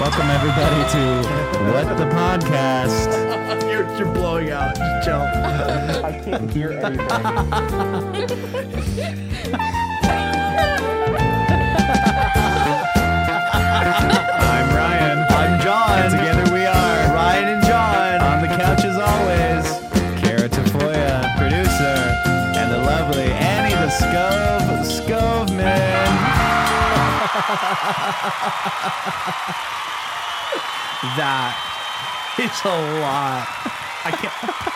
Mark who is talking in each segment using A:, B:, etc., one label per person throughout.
A: Welcome everybody to What the Podcast.
B: You're, you're blowing out. Just chill. I can't hear anything.
A: I'm Ryan.
B: I'm John.
A: Together we are
B: Ryan and John.
A: on the couch as always. Kara Tafoya, producer, and the lovely Annie the Scove Scoveman.
B: That is a lot. I can't.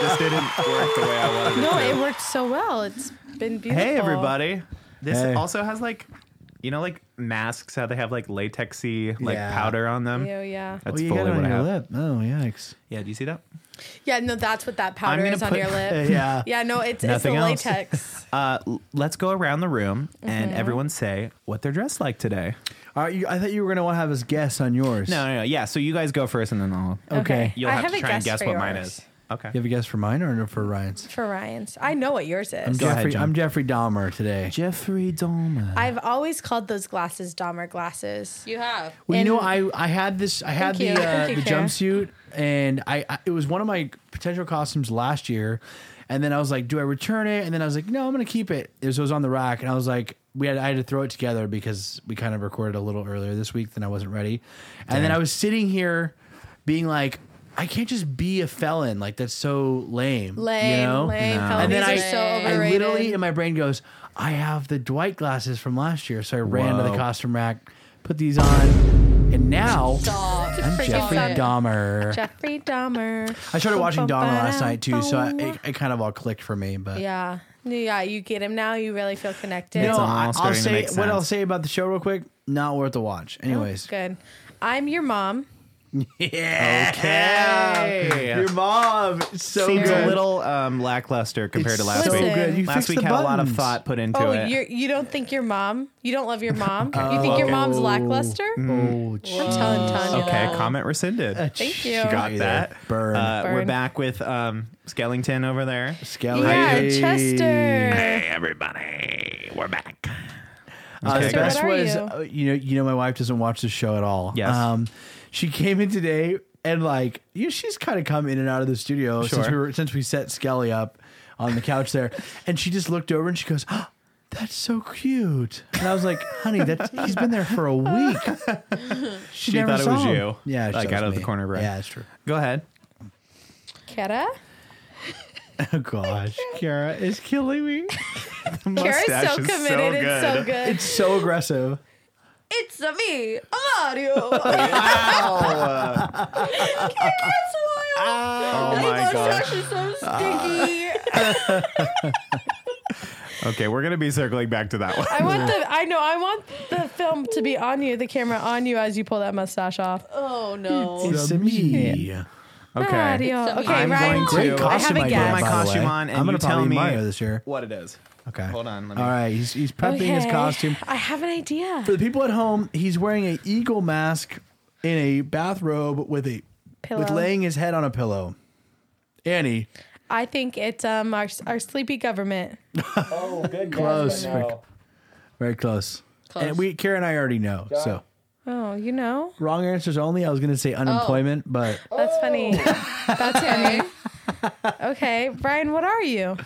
A: This didn't work the way I wanted
C: No, it worked so well. It's been beautiful.
D: Hey everybody. This
A: Hey.
D: also has like you know like masks how they have like latexy like
B: Yeah.
D: powder on them.
C: Ew, yeah.
D: That's
A: you
D: fully
A: got it
D: what
A: on
D: I
A: your
D: have.
A: lip. Oh, yikes.
D: Yeah, do you see that?
C: Yeah, no, that's what that powder
D: gonna
C: is on
D: put-
C: your lip.
B: Yeah.
C: Yeah, no, it's it's the
D: Nothing else.
C: latex.
D: Uh, l- let's go around the room and
C: Mm-hmm.
D: everyone say what they're dressed like today.
A: All right, you, I thought you were going to want to have us guess on yours.
D: No, no, no. Yeah, so you guys go first and then I'll
A: Okay.
D: you'll
C: I
D: have,
C: have
D: to
C: a
D: try and
C: guess
D: guess
C: for
D: what mine
C: yours.
D: is. Okay.
A: You have a guess for mine or for Ryan's?
C: For Ryan's. I know what yours
A: I'm
C: is.
D: Go ahead,
A: Jeffrey,
D: John.
A: I'm Jeffrey Dahmer today.
D: Jeffrey Dahmer.
C: I've always called those glasses Dahmer glasses.
E: You have.
A: Well, you know, I
C: And-
A: I had this, I had the
C: Thank you.
A: uh,
C: Thank
A: the
C: you, Kara.
A: jumpsuit, and I, I it was one of my potential costumes last year, and then I was like, do I return it? And then I was like, no, I'm gonna keep it. It was, it was on the rack, and I was like, we had I had to throw it together because we kind of recorded a little earlier this week than I wasn't ready, and then I was sitting here, being like. I can't just be a felon. Like that's so lame.
C: Lame,
A: you know?
C: lame.
D: No.
C: Felonies
A: And then
C: are
A: I-
C: so
E: I
A: I
C: overrated.
A: literally in my brain goes, I have the Dwight glasses from last year. So I ran to the
D: Whoa.
A: costume rack, put these on, and now
E: Stop.
A: I'm
C: Freaking
A: Jeffrey
C: stop it.
A: Dahmer.
C: Jeffrey Dahmer.
A: I started watching Dahmer last night too, so I,
C: Ba-ba-ba-da-boom.
A: it, it kind of all clicked for me. But
C: yeah. Yeah, you get him now. You really feel connected.
A: no,
D: all
A: I, will
D: starting to
A: say
D: make
A: what I'll
D: sense.
A: say about the show real quick. Not worth a watch. Anyways,
C: Good. I'm your mom.
A: yeah,
D: Okay.
A: your mom, it's so
D: Seems
A: good.
D: a little um, lackluster compared
A: It's
D: to last
A: so
D: week.
C: good.
A: You fixed
D: last week
A: the
D: had a lot of
A: buttons.
D: thought put into
C: Oh,
D: it.
C: you're, you don't think your mom? You don't love your mom? You think your
D: okay.
C: mom's
A: Oh.
C: lackluster?
A: Oh,
C: I'm
A: jeez.
C: telling Tanya.
D: Mm. Okay, comment rescinded.
C: Thank
A: She
C: you.
A: got
D: Got
A: you
D: that.
A: there. Burn.
D: Uh, We're
C: Burn.
D: back with um, Skellington over there.
A: Skelly.
C: Yeah, Chester.
D: Hey, everybody, we're back.
A: Uh, the
D: Okay,
A: best
C: what are
A: was
C: you?
A: uh, you know you know my wife doesn't watch the show at all. Um,
D: Yes.
A: she came in today and like you know, she's kind of come in and out of the studio since
D: Sure.
A: we were since we set Skelly up on the couch there, and she just looked over and she goes. "Oh, That's so cute, and I was like, "Honey, that's he's been there for a week." She, never
D: thought it was
A: saw him.
D: you,
A: Yeah, she
D: like,
A: thought it
D: out
A: was
D: of the
A: me.
D: corner of her eye.
A: Yeah, that's true.
D: Go ahead.
C: Kara?
A: Oh gosh, Kara is killing me.
C: Kara's so
D: mustache
C: committed.
D: is so
C: it's so
D: good.
C: good.
A: It's so aggressive.
E: It's a me, Mario. That's wild.
D: Oh
E: my gosh, it's so stinky.
D: Okay, we're gonna be circling back to that one.
C: I want the I know I want the film to be on you, the camera on you as you pull that mustache off.
E: oh no.
A: It's me.
D: Okay,
C: Mario.
E: It's a
C: Ah, oh, Okay,
E: I'm
C: Ryan.
D: going to-
C: I have
A: Costume
C: a
A: idea,
C: guess.
D: my
A: by the
D: costume
A: way.
D: on, and
A: I'm gonna
D: you tell
A: probably
D: me-
A: Mario this year.
D: what it is?
A: Okay.
D: hold on. Let me.
A: All right, he's he's prepping his
C: Okay.
A: costume.
C: I have an idea.
A: For the people at home, he's wearing a eagle mask in a bathrobe with a
C: Pillow.
A: with laying his head on a pillow. Annie,
C: I think it's um our our sleepy government.
A: close, very, very close.
E: Close.
A: And we, Karen, and I already know. So
C: Oh, you know?
A: wrong answers only. I was going to
C: Oh.
A: say unemployment, but
C: That's funny.
E: That's funny.
C: Okay, Brian, what are you?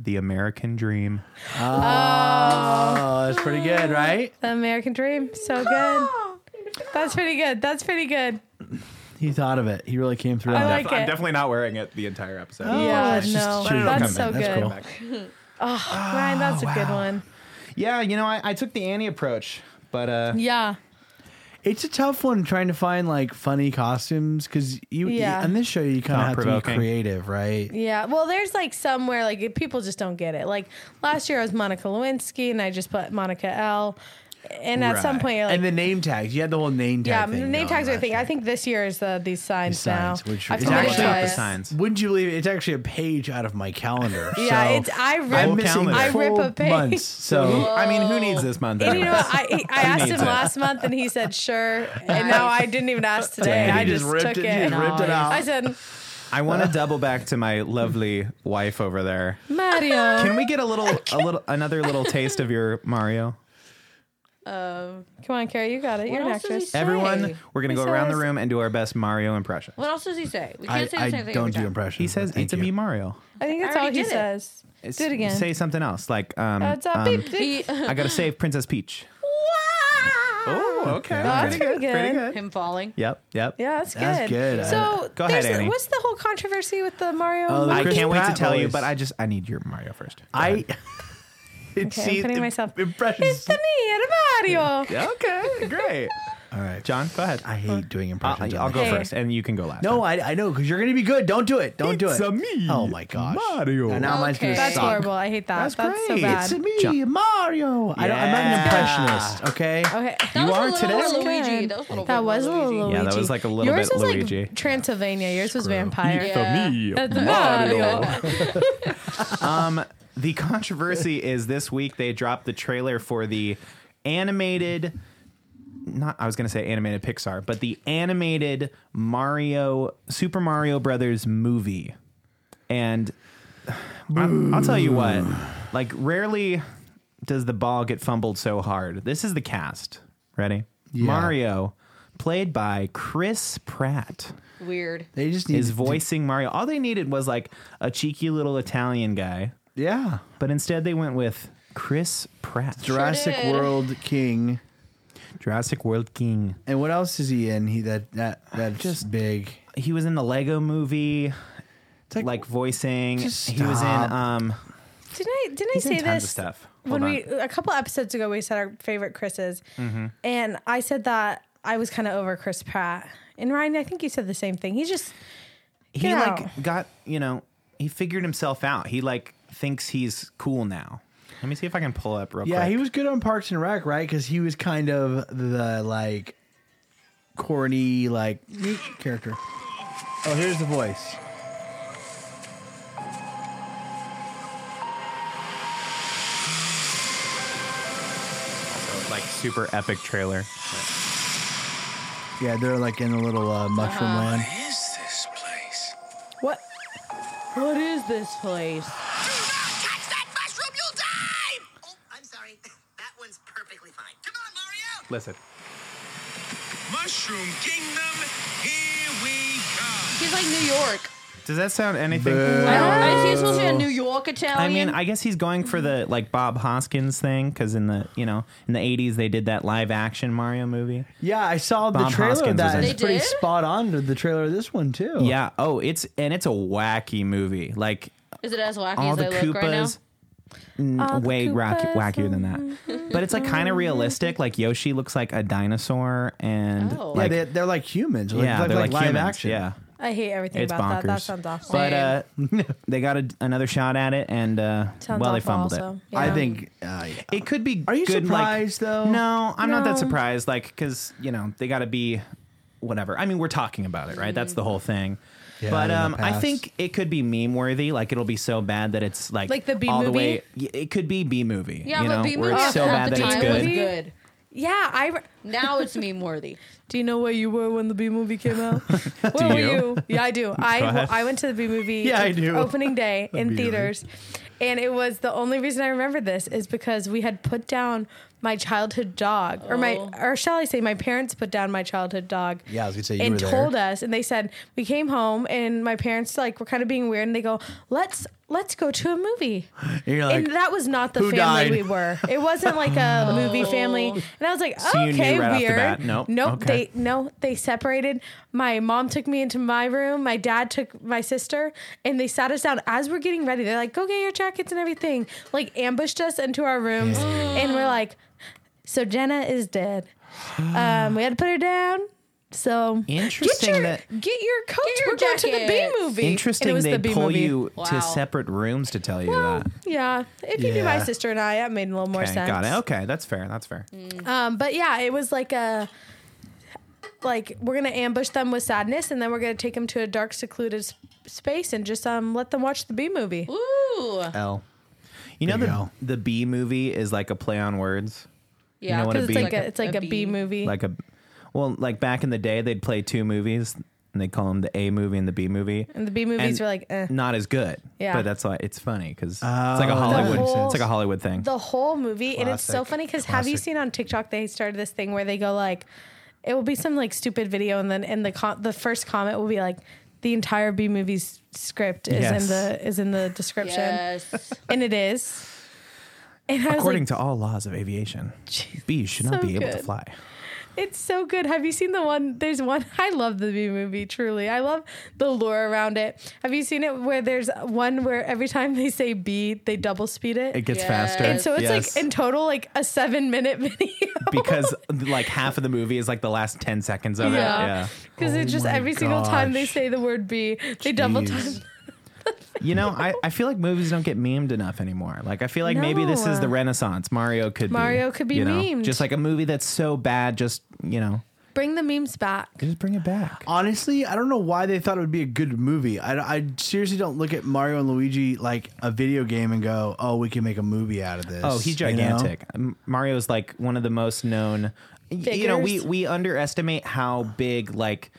D: The American Dream.
A: oh, that's pretty good, right?
C: The American Dream. So good. That's pretty good. That's pretty good.
A: He thought of it. He really came through.
C: I
A: on that.
C: like it.
D: definitely not wearing it the entire episode.
A: Oh.
C: yeah,
A: it's just
C: no.
A: true.
C: That's so
A: Come in.
C: good.
A: That's Ah,
C: Ryan, that's a good one.
D: Yeah, you know, I, I took the Annie approach, but uh,
C: Yeah.
A: It's a tough one trying to find like funny costumes because you
C: Yeah.
A: on this show you kind of have to
D: Thought-provoking.
A: be creative, right?
C: Yeah, well, there's like somewhere like if people just don't get it. Like last year, I was Monica Lewinsky, and I just put Monica L. And at some
D: Right.
C: point, you're like,
A: and the name tags. You had the whole name tag.
C: yeah,
A: thing
C: the name
A: going
C: tags are a
A: last
C: thing.
A: year.
C: I think this year is the these signs,
A: These signs,
C: now.
A: which
C: I've
A: is
C: committed
A: actually
C: to
A: not
C: it.
A: the Wouldn't you believe it? It's actually a page out of my calendar.
C: Yeah,
A: so
C: it's I
A: I'm
C: rip.
D: Full
A: missing
D: calendar. I
C: rip
A: full
C: a page.
A: months. So
D: I mean, who needs this month?
C: And you know,
D: anyways?
C: what? I I asked
D: needs
C: him
D: it?
C: last month, and he said sure. And now I didn't even ask today.
A: Dang,
C: I
A: he
C: just,
A: just ripped
C: took
A: it-
C: it.
A: he just ripped it out.
C: I said
D: I want to double back to my lovely wife over there.
C: Mario.
D: Can we get a little, a little, another little taste of your Mario?
E: Um,
C: Come on, Carrie, you got it. You're
E: else
C: an
E: does he
C: actress.
E: say?
D: Everyone, we're gonna
C: He
D: go around the
C: says-
D: room and do our best Mario impression.
E: What else does he say? We can't
A: I,
E: say the
A: I
E: same thing.
A: don't
E: every
A: do
E: time.
A: impressions.
D: He
A: but
D: says,
A: thank
D: "It's a
A: you.
D: me, Mario."
C: I think that's
E: I
C: all
E: already
C: he
E: did it.
C: says.
D: It's-
C: Do it again.
D: Say something else, like um,
C: Uh, it's a
D: um,
C: beep, beep.
E: He,
D: I gotta save Princess Peach. Oh, okay,
C: That's pretty good.
E: him falling.
D: Yep, yep.
C: Yeah, that's good.
A: That's good.
C: So,
D: Go ahead,
C: there's the-
D: Annie.
C: what's the whole controversy with the Mario?
A: Oh, the
D: I
C: movie?
A: Chris
D: can't wait to
A: Pratt
D: tell you,
A: voice.
D: but I just I need your Mario first. Go
A: I.
D: ahead.
A: It's
C: Okay, I'm putting myself-
A: Impressions.
C: It's the knee of Mario.
D: okay, great.
A: All right,
D: John, go ahead.
A: I hate doing
D: I'll,
A: impressions.
D: I'll
A: on
D: go
A: this.
C: Hey.
D: first, and you can go last.
A: No, I, I know because you're gonna be good. Don't do it. Don't do it.
D: It's a me,
A: Oh my gosh,
D: Mario.
A: And now mine's gonna
E: Okay.
C: That's
A: suck.
C: horrible. I hate that. That's, so
D: great.
C: bad.
A: It's a me,
D: John-
A: Mario. I don't, I'm not an
D: Yeah.
A: impressionist. Okay.
C: Okay.
E: That
A: You
E: was
A: are
E: a
A: today?
E: little Luigi.
C: Good.
E: That
C: That was
E: was a little, bit
C: a
E: more
C: little Luigi.
D: Yeah, that was like a little
C: Yours
D: bit
C: was
D: Luigi.
C: Like Transylvania. Yours was
A: Screw.
C: vampire.
E: Yeah.
D: me,
C: That's
D: Mario.
C: Mario.
D: um, the controversy is this week they dropped the trailer for the animated. Not I was gonna say animated Pixar, but the animated Mario Super Mario Brothers movie, and I, I'll tell you what, like rarely does the ball get fumbled so hard. This is the cast. Ready? Mario, played by Chris Pratt
E: Weird.
A: They just need
D: is
A: to-
D: voicing Mario. All they needed was like a cheeky little Italian guy,
A: Yeah.
D: but instead they went with Chris Pratt,
A: Jurassic
E: did.
A: World King.
D: Jurassic World King.
A: And what else is he in? He that that that's just
D: Just-
A: big.
D: He was in the Lego Movie,
A: It's
D: like, voicing.
A: just
D: He was in
A: stop.
D: um,
C: Didn't I? Didn't
D: he's
C: I say
D: in tons
C: this?
D: of stuff. Hold
C: when
D: on. Mm-hmm.
C: we a couple episodes ago we said our favorite Chris's, and I said that I was kind of over Chris Pratt. And Ryan, I think you said the same thing. He's just
D: he
C: Get
D: like
C: out.
D: got you know he figured himself out. He like thinks he's cool now. Let me see if I can pull up real
A: Yeah,
D: quick.
A: he was good on Parks and Rec, right? Because he was kind of the like corny like neat character. Oh, here's the voice.
D: So, like super epic trailer.
A: Yeah, they're like in a little uh, mushroom
E: Uh-huh.
A: land.
F: is this place?
C: what?
E: What is this place?
G: Catch that mushroom, you'll die! Oh, I'm sorry. That one's perfectly fine. Come on, Mario!
D: Listen.
F: Mushroom Kingdom, here we come.
E: He's like New York.
D: Does that sound anything?
E: I don't. Is he supposed to be a New York
D: I
E: Italian?
D: mean, I guess he's going for the like Bob Hoskins thing because in the you know in the eighties they did that live action Mario movie.
A: Yeah, I saw the
D: Bob
A: trailer of
D: Hoskins was
A: that.
D: in
A: It's
D: it.
E: They
A: pretty
E: did?
A: spot on to the trailer of this one too.
D: Yeah. Oh, it's and it's a wacky movie. Like
E: is it as wacky
D: all
E: as
D: the
E: I look right now?
D: Koopas. n-
C: All "Oh, the
D: Mm, way rocky,
C: Koopas
D: wackier than that, but it's like kind of realistic. Like Yoshi looks like a dinosaur, and
E: Oh.
A: Yeah,
D: like
A: they, they're like humans. Like,
D: yeah,
A: like,
D: they're
A: like, live
D: humans.
A: action.
D: Yeah,
C: I hate everything
D: it's
C: about
D: bonkers.
C: that. That sounds awful.
D: But uh, they got a, another shot at it, and uh,
C: sounds
D: well,
C: awful
D: they fumbled
C: also.
D: it.
C: Yeah.
A: I think. Uh, yeah.
D: It could be.
A: Are you
D: good, like-
A: surprised, though?
D: No, I'm not
C: No.
D: that surprised. Like, because you know they got to be whatever. I mean, we're talking about it, right? That's the whole thing.
A: Yeah,
D: but
A: in the
D: um, I
A: past.
D: think it could be meme worthy. Like, it'll be so bad that it's like
C: Like the B
D: all
C: movie?
D: the way. y- It could be B movie.
E: Yeah,
D: you
E: but
D: know,
E: B
D: where
E: movie
D: it's so
E: at
D: bad
E: the
D: that it's
E: time was
D: good.
E: good.
C: yeah, I
E: Now it's meme worthy.
C: Do you know where you were when the B movie came out? Where were
D: you?
C: you? Yeah, I do. I
D: ahead.
C: I went to the B movie.
A: Yeah, I do.
C: Opening day in
A: Immediately.
C: theaters, and it was the only reason I remember this is because we had put down my childhood dog, or my,
E: Oh.
C: or shall I say, my parents put down my childhood dog.
A: Yeah, I was gonna say you
C: and
A: were there.
C: told us, and they said we came home, and my parents like were kind of being weird, and they go, "Let's let's go to a movie."
A: And you're like,
C: and that was not the
A: "Who
C: family
A: died?"
C: we were. It wasn't like a movie family. And I was like,
D: So you knew
C: okay,
D: right off the
C: weird.
D: bat. Nope.
C: Nope.
D: Okay.
C: They no, they separated. My mom took me into my room. My dad took my sister, and they sat us down as we're getting ready. They're like, go get your jackets and everything. Like ambushed us into our rooms, and we're like, so Jenna is dead. Um, we had to put her down. So
D: Interesting
C: Get your,
D: that-
C: get your coats.
E: your
C: we're going to the B
E: jackets.
C: movie. And it
D: Interesting.
C: was
D: They
C: the B
D: pull
C: movie.
D: you
E: Wow.
D: to separate rooms to tell you
C: Well,
D: that.
C: yeah. If you knew my
A: Yeah.
C: sister and I, that made a little more
D: Okay,
C: sense.
D: got it. Okay, that's fair. That's fair.
C: Um, but yeah, it was like a like we're gonna ambush them with sadness, and then we're gonna take them to a dark, secluded s- space and just um let them watch the B movie.
E: Ooh.
D: L. You know
A: Big
D: the
A: L.
D: the B movie is like a play on words.
E: Yeah,
D: know what a
C: Because it's
D: B-
C: like a, it's like a B movie.
D: like a well like back in the day they'd play two movies and they call them the A movie and the B movie.
C: And the B movies
D: And
C: were like, eh.
D: not as good.
C: Yeah.
D: but that's why it's funny because it's like a
A: that
D: Hollywood.
C: makes sense.
D: It's like a Hollywood thing.
C: the whole movie and it's so
A: Classic.
C: funny because have you
A: Classic.
C: seen on tiktok they started this thing where they go like it will be some like stupid video and then and the com- the first comment will be like the entire b movie's script is
D: Yes.
C: in the is in the description
E: Yes.
C: and it is and i was
D: According
C: like
D: to all laws of aviation, bees should not
C: so
D: be able to
C: good.
D: fly.
C: it's so good have you seen the one there's one i love the b movie truly i love the lore around it have you seen it where there's one where every time they say b they double speed it,
D: It gets
E: Yes.
D: faster.
E: And
C: and so it's
D: Yes.
C: like in total like a seven minute video
D: because like half of the movie is like the last 10 seconds of it.
C: Yeah.
D: Yeah.
C: Because it's just
A: my
C: every single time they
A: gosh.
C: say the word B, they double time.
A: Jeez.
D: You know, I, I feel like movies don't get memed enough anymore. Like, I feel like maybe this is
C: No.
D: the renaissance. Mario could
C: Mario
D: be.
C: could be
D: you know?
C: memed.
D: Just like a movie that's so bad, just, you know,
C: Bring the memes back.
D: just bring it back.
A: Honestly, I don't know why they thought it would be a good movie. I, I seriously don't look at Mario and Luigi like a video game and go, "Oh, we can make a movie out of this."
D: Oh, he's
A: you know?
D: gigantic. M- Mario is like one of the most known. y- You know, we
C: Figures.
D: we underestimate how big like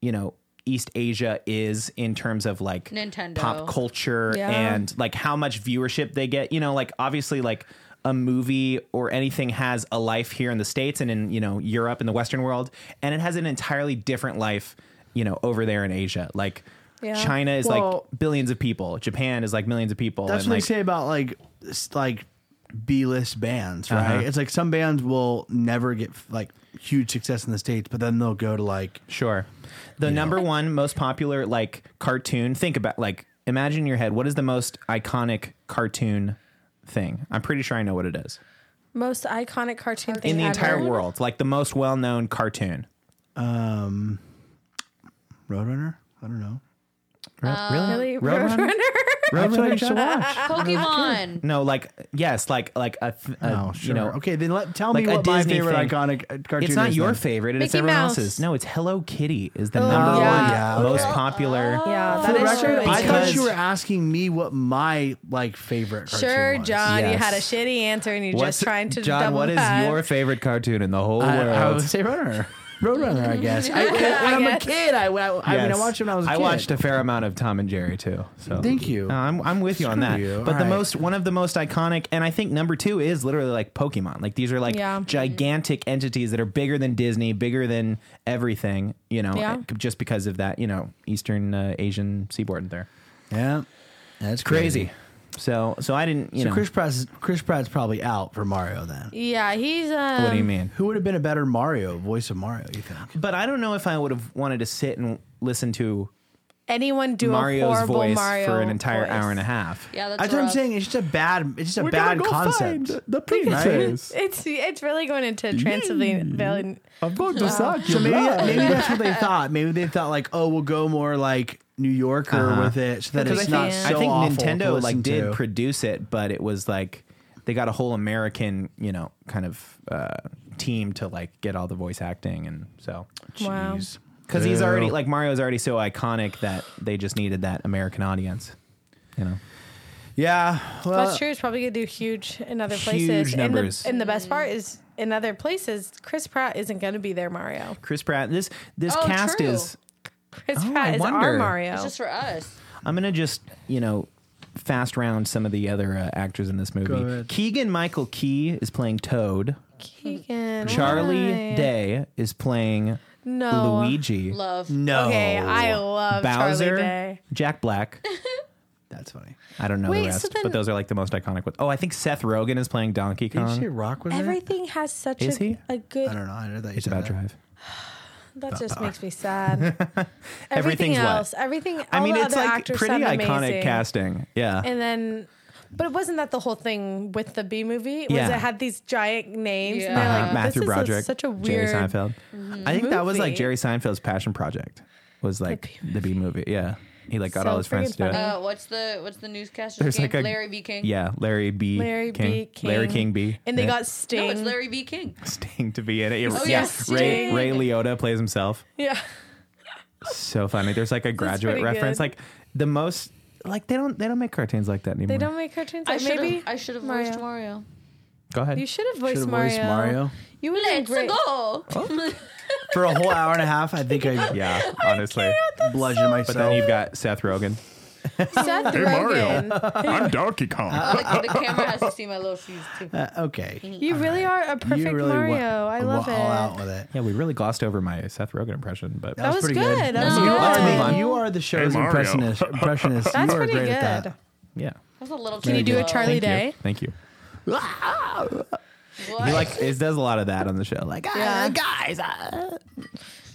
D: you know East Asia is in terms of like
E: Nintendo.
D: pop culture
C: Yeah.
D: and like how much viewership they get. You know, like obviously like a movie or anything has a life here in the states and in you know Europe and the Western world, and it has an entirely different life. You know, over there in Asia, like.
C: Yeah.
D: China is
A: Well-
D: like billions of people. Japan is like millions of people.
A: That's
D: and,
A: what
D: like,
A: they say about like s- like B list bands, right?
D: Uh-huh.
A: It's like some bands will never get like huge success in the states, but then they'll go to like
D: Sure. The number one most popular like cartoon. Think about like imagine in your head what is the most iconic cartoon thing? I'm pretty sure I know what it is.
C: Most iconic cartoon thing
D: In the
C: ever.
D: entire world, like the most well-known cartoon.
A: Roadrunner. I don't know.
C: Really?
D: Roadrunner?
C: Roadrunner?
A: That's what I used to watch.
E: Pokemon.
D: No, like yes, like like a th- a,
A: Oh, sure.
D: you know.
A: okay, then let tell
D: like
A: me
D: a
A: what my
D: Disney
A: favorite
D: thing.
A: iconic uh, cartoon.
D: It's not
A: is
D: your
A: then.
D: favorite. It's
C: Mickey
D: everyone
C: Mouse.
D: else's. No, it's Hello Kitty is the
C: Oh,
D: number
C: yeah. Oh.
D: one
A: Okay.
D: most popular.
C: Yeah,
A: For
C: that
A: the
C: is
A: record,
C: true.
A: I thought
D: Because-
A: you were asking me what my like favorite. Cartoon
C: Sure,
A: was.
C: John, you
D: Yes.
C: had a shitty answer and you're just trying to
H: John,
C: double
H: what is
C: back.
H: your favorite cartoon in the whole
A: I,
H: world?
A: I would say Roadrunner. Roadrunner, I guess. I, when I'm a
C: guess.
A: kid, I, I, I mean, I
D: Yes.
A: watched it when I was. a
H: I
A: kid.
H: watched a fair amount of Tom and Jerry too. So
A: Thank you.
D: No, I'm, I'm with you on that.
A: you.
D: But
A: All
D: the
A: right.
D: most one of the most iconic, and I think number two is literally like Pokemon. Like these are like
C: Yeah.
D: gigantic entities that are bigger than Disney, bigger than everything. You know, eh,
C: Yeah.
D: just because of that, you know, Eastern uh, Asian seaboard there.
A: yeah, that's
D: Crazy. So so I didn't. You
A: So
D: know,
A: Chris Pratt's Chris Pratt's probably out for Mario then.
C: Yeah, he's. Um,
D: what do you mean?
A: Who would have been a better Mario voice of Mario? You think?
D: But I don't know if I would have wanted to sit and listen to
C: Anyone do a
D: Mario's
C: horrible
D: voice
C: Mario
D: for an entire hour and a
C: half.
D: half.
E: Yeah, that's
A: That's what I'm
E: rough.
A: saying. It's just a bad. It's just a bad concept.
H: the
A: princess.
C: It's it's really going into Transylvania.
H: I'm going to suck
A: So maybe, maybe that's what they thought. Maybe they thought like, oh, we'll go more like New Yorker
D: Uh-huh.
A: with it, so that
D: Because
A: it's
D: I
A: not
D: think,
A: so
D: I think
A: awful to
D: Nintendo
A: listen
D: like did
A: to.
D: produce it, but it was like they got a whole American, you know, kind of uh, team to like get all the voice acting, and so
C: Wow.
D: because he's already
A: Ew.
D: like Mario's already so iconic that they just needed that American audience, you know.
A: Yeah, well,
C: That's true. It's probably gonna do huge in other
D: Uh, Huge
C: places.
D: numbers.
C: And the, and the best part is in other places, Chris Pratt isn't gonna be there. Mario.
D: Chris Pratt. This this
E: Oh,
D: cast
E: true.
D: is.
C: Chris
D: Oh,
C: Pratt
D: I
C: is our
D: wonder.
C: Mario.
E: It's just for us.
D: I'm gonna just you know fast round some of the other uh, actors in this movie.
A: ahead.
D: Keegan Michael Key is playing Toad.
C: Keegan.
D: Charlie
C: why?
D: Day is playing
C: No.
D: Luigi.
E: Love.
A: no.
C: Oh, Okay, I love
D: Bowser,
C: Charlie Day.
D: Jack Black.
A: That's funny.
D: I don't know
C: Wait,
D: the rest,
C: so then-
D: but those are like the most iconic ones. Oh, I think Seth Rogen is playing Donkey
A: Did you say
D: Kong.
A: Rock was there?
C: Everything has such
D: Is
C: a,
D: he?
C: a good.
A: I don't know. I heard that you
D: It's
A: said
D: about
A: that.
D: drive.
C: That just makes me sad. everything
D: uh, Everything's what?
C: else, everything. All
D: I mean,
C: Oh, the
D: it's
C: other
D: like
C: actors
D: pretty
C: sound
D: iconic
C: amazing.
D: casting. Yeah.
C: And then, but it wasn't that the whole thing with the B movie was
D: Yeah.
C: it had these giant names. And
E: Yeah.
C: they're
D: Uh-huh.
C: like, uh, this
D: Matthew
C: is a-
D: Broderick,
C: such a
D: Jerry
C: weird.
D: Seinfeld. I think that was
C: movie.
D: like Jerry Seinfeld's passion project. Was like the B movie. Yeah, he like got
C: So
D: all his friends to do
C: friggin'
D: it.
C: funny.
E: Uh, what's the what's the newscaster's
D: There's
E: name?
D: like a-
E: Larry B. King.
D: Yeah, Larry B.
C: Larry
D: King.
C: B. King.
D: Larry King B.
C: And they
D: Yeah.
C: got
E: No,
C: Sting.
E: it's Larry B. King.
D: Sting to be in it.
E: Oh, yeah,
D: yeah, Ray,
E: Sting.
D: Ray Liotta plays himself.
C: Yeah.
D: so funny. There's like a graduate
C: pretty
D: reference.
C: good.
D: Like the most like they don't they don't make cartoons like that anymore.
C: They don't make cartoons.
E: I
C: Like,
E: should
C: maybe
E: have I should have
C: Mario.
E: voiced Mario.
D: Go ahead.
C: You should have voiced
A: Should've
C: Mario.
A: voiced Mario.
C: You would have
E: Let's
C: great.
E: go.
D: Oh.
A: For a whole hour and a half, I think I
D: Yeah, honestly.
A: bludgeoned myself.
D: But then you've got Seth Rogen.
C: Seth Rogen.
I: I'm Donkey Kong.
E: Like, the camera has to see my little shoes
D: Uh,
E: too.
A: okay,
C: You really are a perfect
A: you really
C: Mario.
A: went
C: I love
A: all
C: it.
A: out with it.
D: Yeah, we really glossed over my Seth Rogen impression, but
C: That was
A: pretty
C: good.
A: good.
C: That was
E: No.
C: good.
E: Let's
A: I
E: move
A: mean,
E: on.
A: you are the show's
I: Hey, Mario.
A: impressionist. impressionist.
C: That's
A: you are
C: pretty
A: great
C: good.
A: at that.
D: yeah.
E: That's a little
C: Can you do a
E: too low.
C: Charlie Day?
D: Thank you.
E: What?
D: He like is, does a lot of that on the show. Like, ah,
C: Yeah.
D: guys. ah.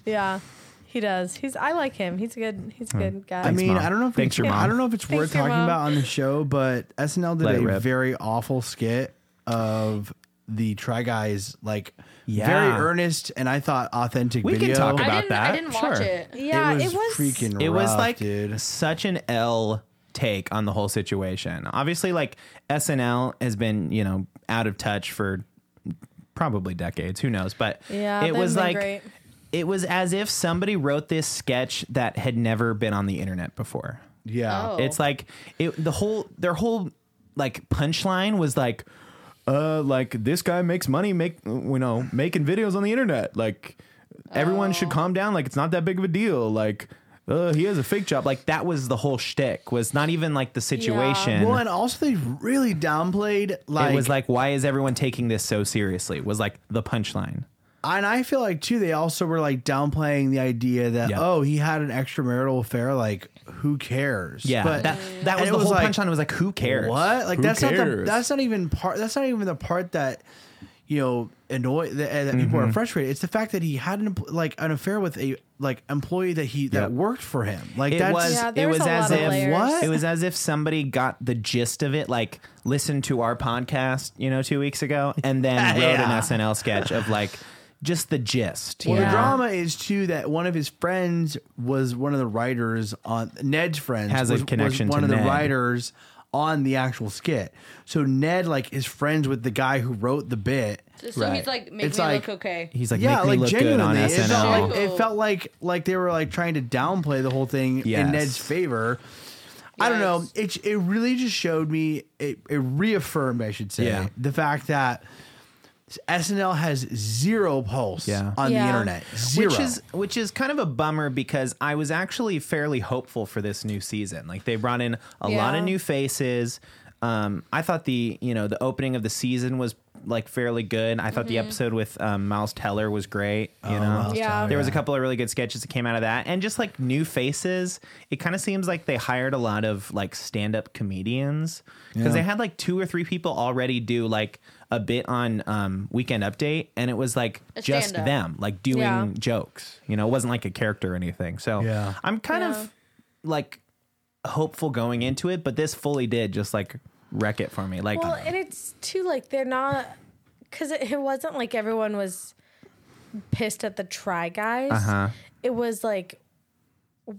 C: Yeah, he does. He's. I like him. He's a good. He's
D: Hmm.
C: a good guy.
A: I mean,
D: Mom.
A: I don't know if
D: Thanks,
A: it's,
D: your mom.
A: I don't know if it's
C: Thanks,
A: worth
C: your
A: talking
C: mom.
A: about on the show, but SNL did
D: Let it
A: a
D: rip.
A: very awful skit of the Try Guys, like
D: Yeah.
A: very earnest and I thought authentic
D: We can
A: video.
D: talk
E: I
D: about
E: didn't.
D: that.
E: I didn't watch
D: Sure.
E: it.
C: yeah,
A: it, was freaking.
D: It was
A: rough,
D: like
A: dude.
D: such an L take on the whole situation. Obviously, like SNL has been, you know, out of touch for probably decades. Who knows? But
C: Yeah,
D: it
C: they've
D: was
C: been
D: like
C: great.
D: it was as if somebody wrote this sketch that had never been on the internet before.
A: Yeah.
E: Oh.
D: It's like it, the whole their whole like punchline was like, uh, like this guy makes money make you know making videos on the internet. Like everyone
A: Oh.
D: should calm down. Like it's not that big of a deal. Like uh, he has a fake job. Like that was the whole shtick. Was not even like the situation.
A: Well, and also they really downplayed like,
D: it was like, why is everyone taking this so seriously? Was like the punchline.
A: and I feel like too they also were like downplaying the idea that
D: Yeah.
A: oh he had an extramarital affair like who cares
D: Yeah,
A: but
D: that that
A: and
D: was
A: it
D: the whole
A: like,
D: punchline. Was like, who cares?
A: What? Like
I: Who
A: that's not the,
I: cares?
A: that's not even part. That's not even the part that you know annoy that, that people
D: Mm-hmm.
A: are frustrated. It's the fact that he had an empl- like an affair with a like employee that he that
D: Yep.
A: worked for him. Like
D: it
A: that's
D: was
C: Yeah,
D: it
C: there's
D: was
C: a
D: as
C: lot of
D: if
C: layers.
A: What?
D: it was as if somebody got the gist of it like listened to our podcast you know two weeks ago and then wrote
A: Yeah.
D: an snl sketch of like just the gist you
A: Well,
D: know?
A: the drama is too that one of his friends was one of the writers on Ned's friends
D: Has a
A: was,
D: connection
A: was one
D: to
A: of the
D: Ned.
A: writers on the actual skit. So Ned like is friends with the guy who wrote the bit.
E: So he's like, make
A: It's
E: me
A: like-
E: look okay.
D: he's like
A: yeah,
D: make me
A: like
D: look good on
A: genuinely, it
D: snl
A: felt like it felt like like they were like trying to downplay the whole thing
D: Yes.
A: in Ned's favor. I don't know. It it really just showed me it, it reaffirmed, I should say,
D: Yeah.
A: the fact that SNL has zero pulse
D: Yeah.
A: on
C: Yeah.
A: the internet. Zero.
D: Which is which is kind of a bummer because I was actually fairly hopeful for this new season. Like they brought in a lot
C: Yeah.
D: of new faces. Um, I thought the you know the opening of the season was like fairly good. I thought the
C: Mm-hmm.
D: episode with um, Miles Teller was great. You
A: Oh,
D: know,
C: Yeah. Teller,
D: there was a couple of really good sketches that came out of that, and just like new faces. It kind of seems like they hired a lot of like stand up comedians because they had like two or three people already do like a bit on um, Weekend Update, and it was like
E: A
D: just
E: stand-up.
D: them like doing
C: Yeah.
D: jokes. You know, it wasn't like a character or anything. So
A: Yeah.
D: I'm kind
C: Yeah.
D: of like hopeful going into it, but this fully did just like wreck it for me. Like
C: Well, and it's too like they're not because it, it wasn't like everyone was pissed at the try guys.
D: Uh-huh.
C: It was like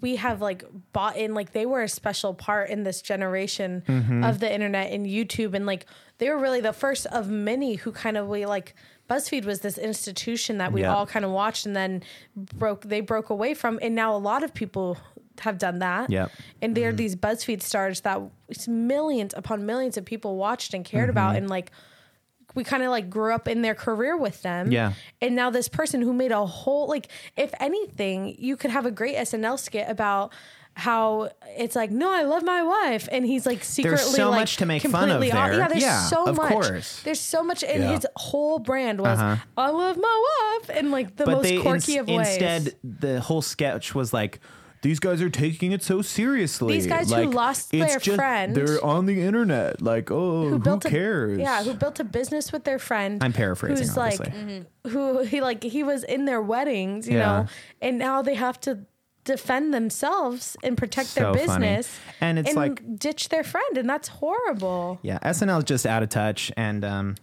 C: we have like bought in like they were a special part in this generation of the internet and YouTube and like they were really the first of many who kind of we like BuzzFeed was this institution that we
D: Yeah.
C: all kind of watched and then broke they broke away from and now a lot of people have done that.
D: Yep.
C: And they're these BuzzFeed stars that millions upon millions of people watched and cared about and like we kind of like grew up in their career with them.
D: Yeah.
C: And now this person who made a whole like if anything, you could have a great SNL skit about how it's like, no, I love my wife, and he's like secretly
D: so
C: like,
D: much to make fun of
C: completely on-
D: there.
C: Yeah, there's
D: Yeah,
C: so
D: of
C: much.
D: course. Uh-huh.
C: There's so much, and
A: Yeah.
C: his whole brand was I love my wife, and like the
D: but
C: most
D: they
C: quirky
D: ins-
C: of ways.
D: instead the whole sketch was like these guys are taking it so seriously.
C: These guys who
D: like,
C: lost
D: it's
C: their friend-
D: They're on the internet. Like, oh, who,
C: built a-
D: cares?
C: yeah, who built a business with their friend.
D: I'm paraphrasing,
C: Who's like,
D: obviously.
C: who he like he was in their weddings, you
D: Yeah.
C: know, and now they have to defend themselves and protect
D: So
C: their
D: funny.
C: business,
D: And it's like-
C: ditch their friend, and that's horrible.
D: yeah, SNL is just out of touch and um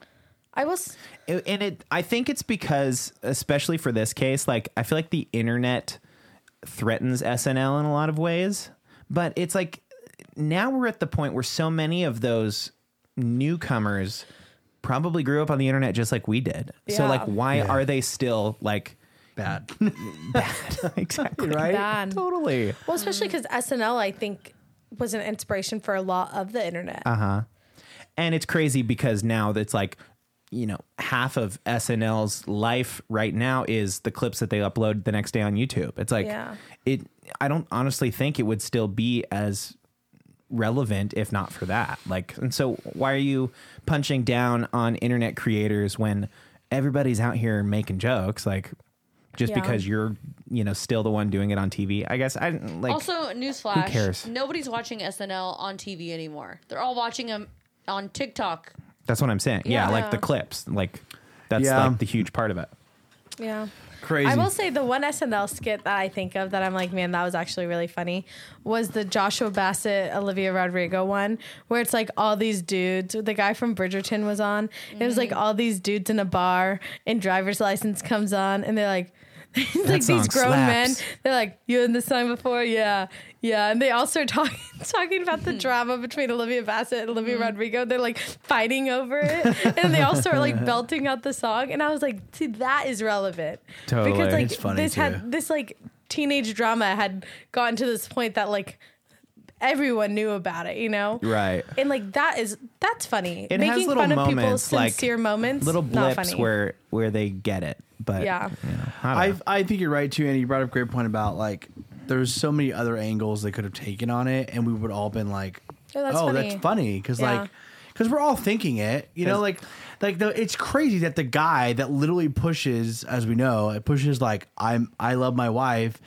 C: I will. s-
D: It- and it i think it's because especially for this case like i feel like the internet threatens snl in a lot of ways but it's like now we're at the point where so many of those newcomers probably grew up on the internet just like we did so
C: Yeah.
D: like why are they still like
A: bad.
D: exactly right
C: Bad.
D: totally
C: Well, especially because SNL, I think, was an
D: Uh-huh.
C: inspiration for a lot of the internet.
D: and it's crazy because now it's like you know, half of SNL's life right now is the clips that they upload the next day on YouTube. It's like
C: Yeah.
D: it I don't honestly think it would still be as relevant if not for that. Like and so why are you punching down on internet creators when everybody's out here making jokes like just
C: Yeah.
D: because you're, you know, still the one doing it on TV. I guess I didn't like
E: Also, newsflash:
D: cares?
E: Nobody's watching SNL on TV anymore. They're all watching them on TikTok.
D: That's what I'm saying. Yeah,
E: Yeah.
D: like the clips. Like that's
A: Yeah.
D: like the huge part of it.
C: Yeah.
A: Crazy.
C: I will say the one SNL skit that I think of that I'm like, man, that was actually really funny was the Joshua Bassett, Olivia Rodrigo one, where it's like all these dudes. The guy from Bridgerton was on. It was like all these dudes in a bar, and driver's license comes on, and they're like, it's like
D: song
C: these grown men.
D: slaps.
C: They're like, you in this song before? Yeah. Yeah. And they all start talking talking about the drama between Olivia Bassett and Olivia Rodrigo. They're like fighting over it. and they all start like belting out the song. And I was like, see, that is relevant.
D: Totally.
C: Because like
A: It's funny,
C: this
A: too.
C: had this like teenage drama had gotten to this point that like everyone knew about it, you know?
D: Right.
C: And like that is that's funny.
D: It
C: Making
D: has little
C: fun of people's
D: moments, like,
C: sincere moments.
D: little
C: not
D: blips
C: funny.
D: where where they get it. But
C: Yeah.
D: you know, I,
A: I
D: don't know.
A: I think you're right too, and you brought up a great point about like there's so many other angles they could have taken on it, and we would all been like,
C: Oh, that's
A: oh,
C: funny."
A: that's funny because
C: Yeah.
A: like because we're all thinking it, you know, like like the, it's crazy that the guy that literally pushes, as we know, it pushes like I'm I love my wife.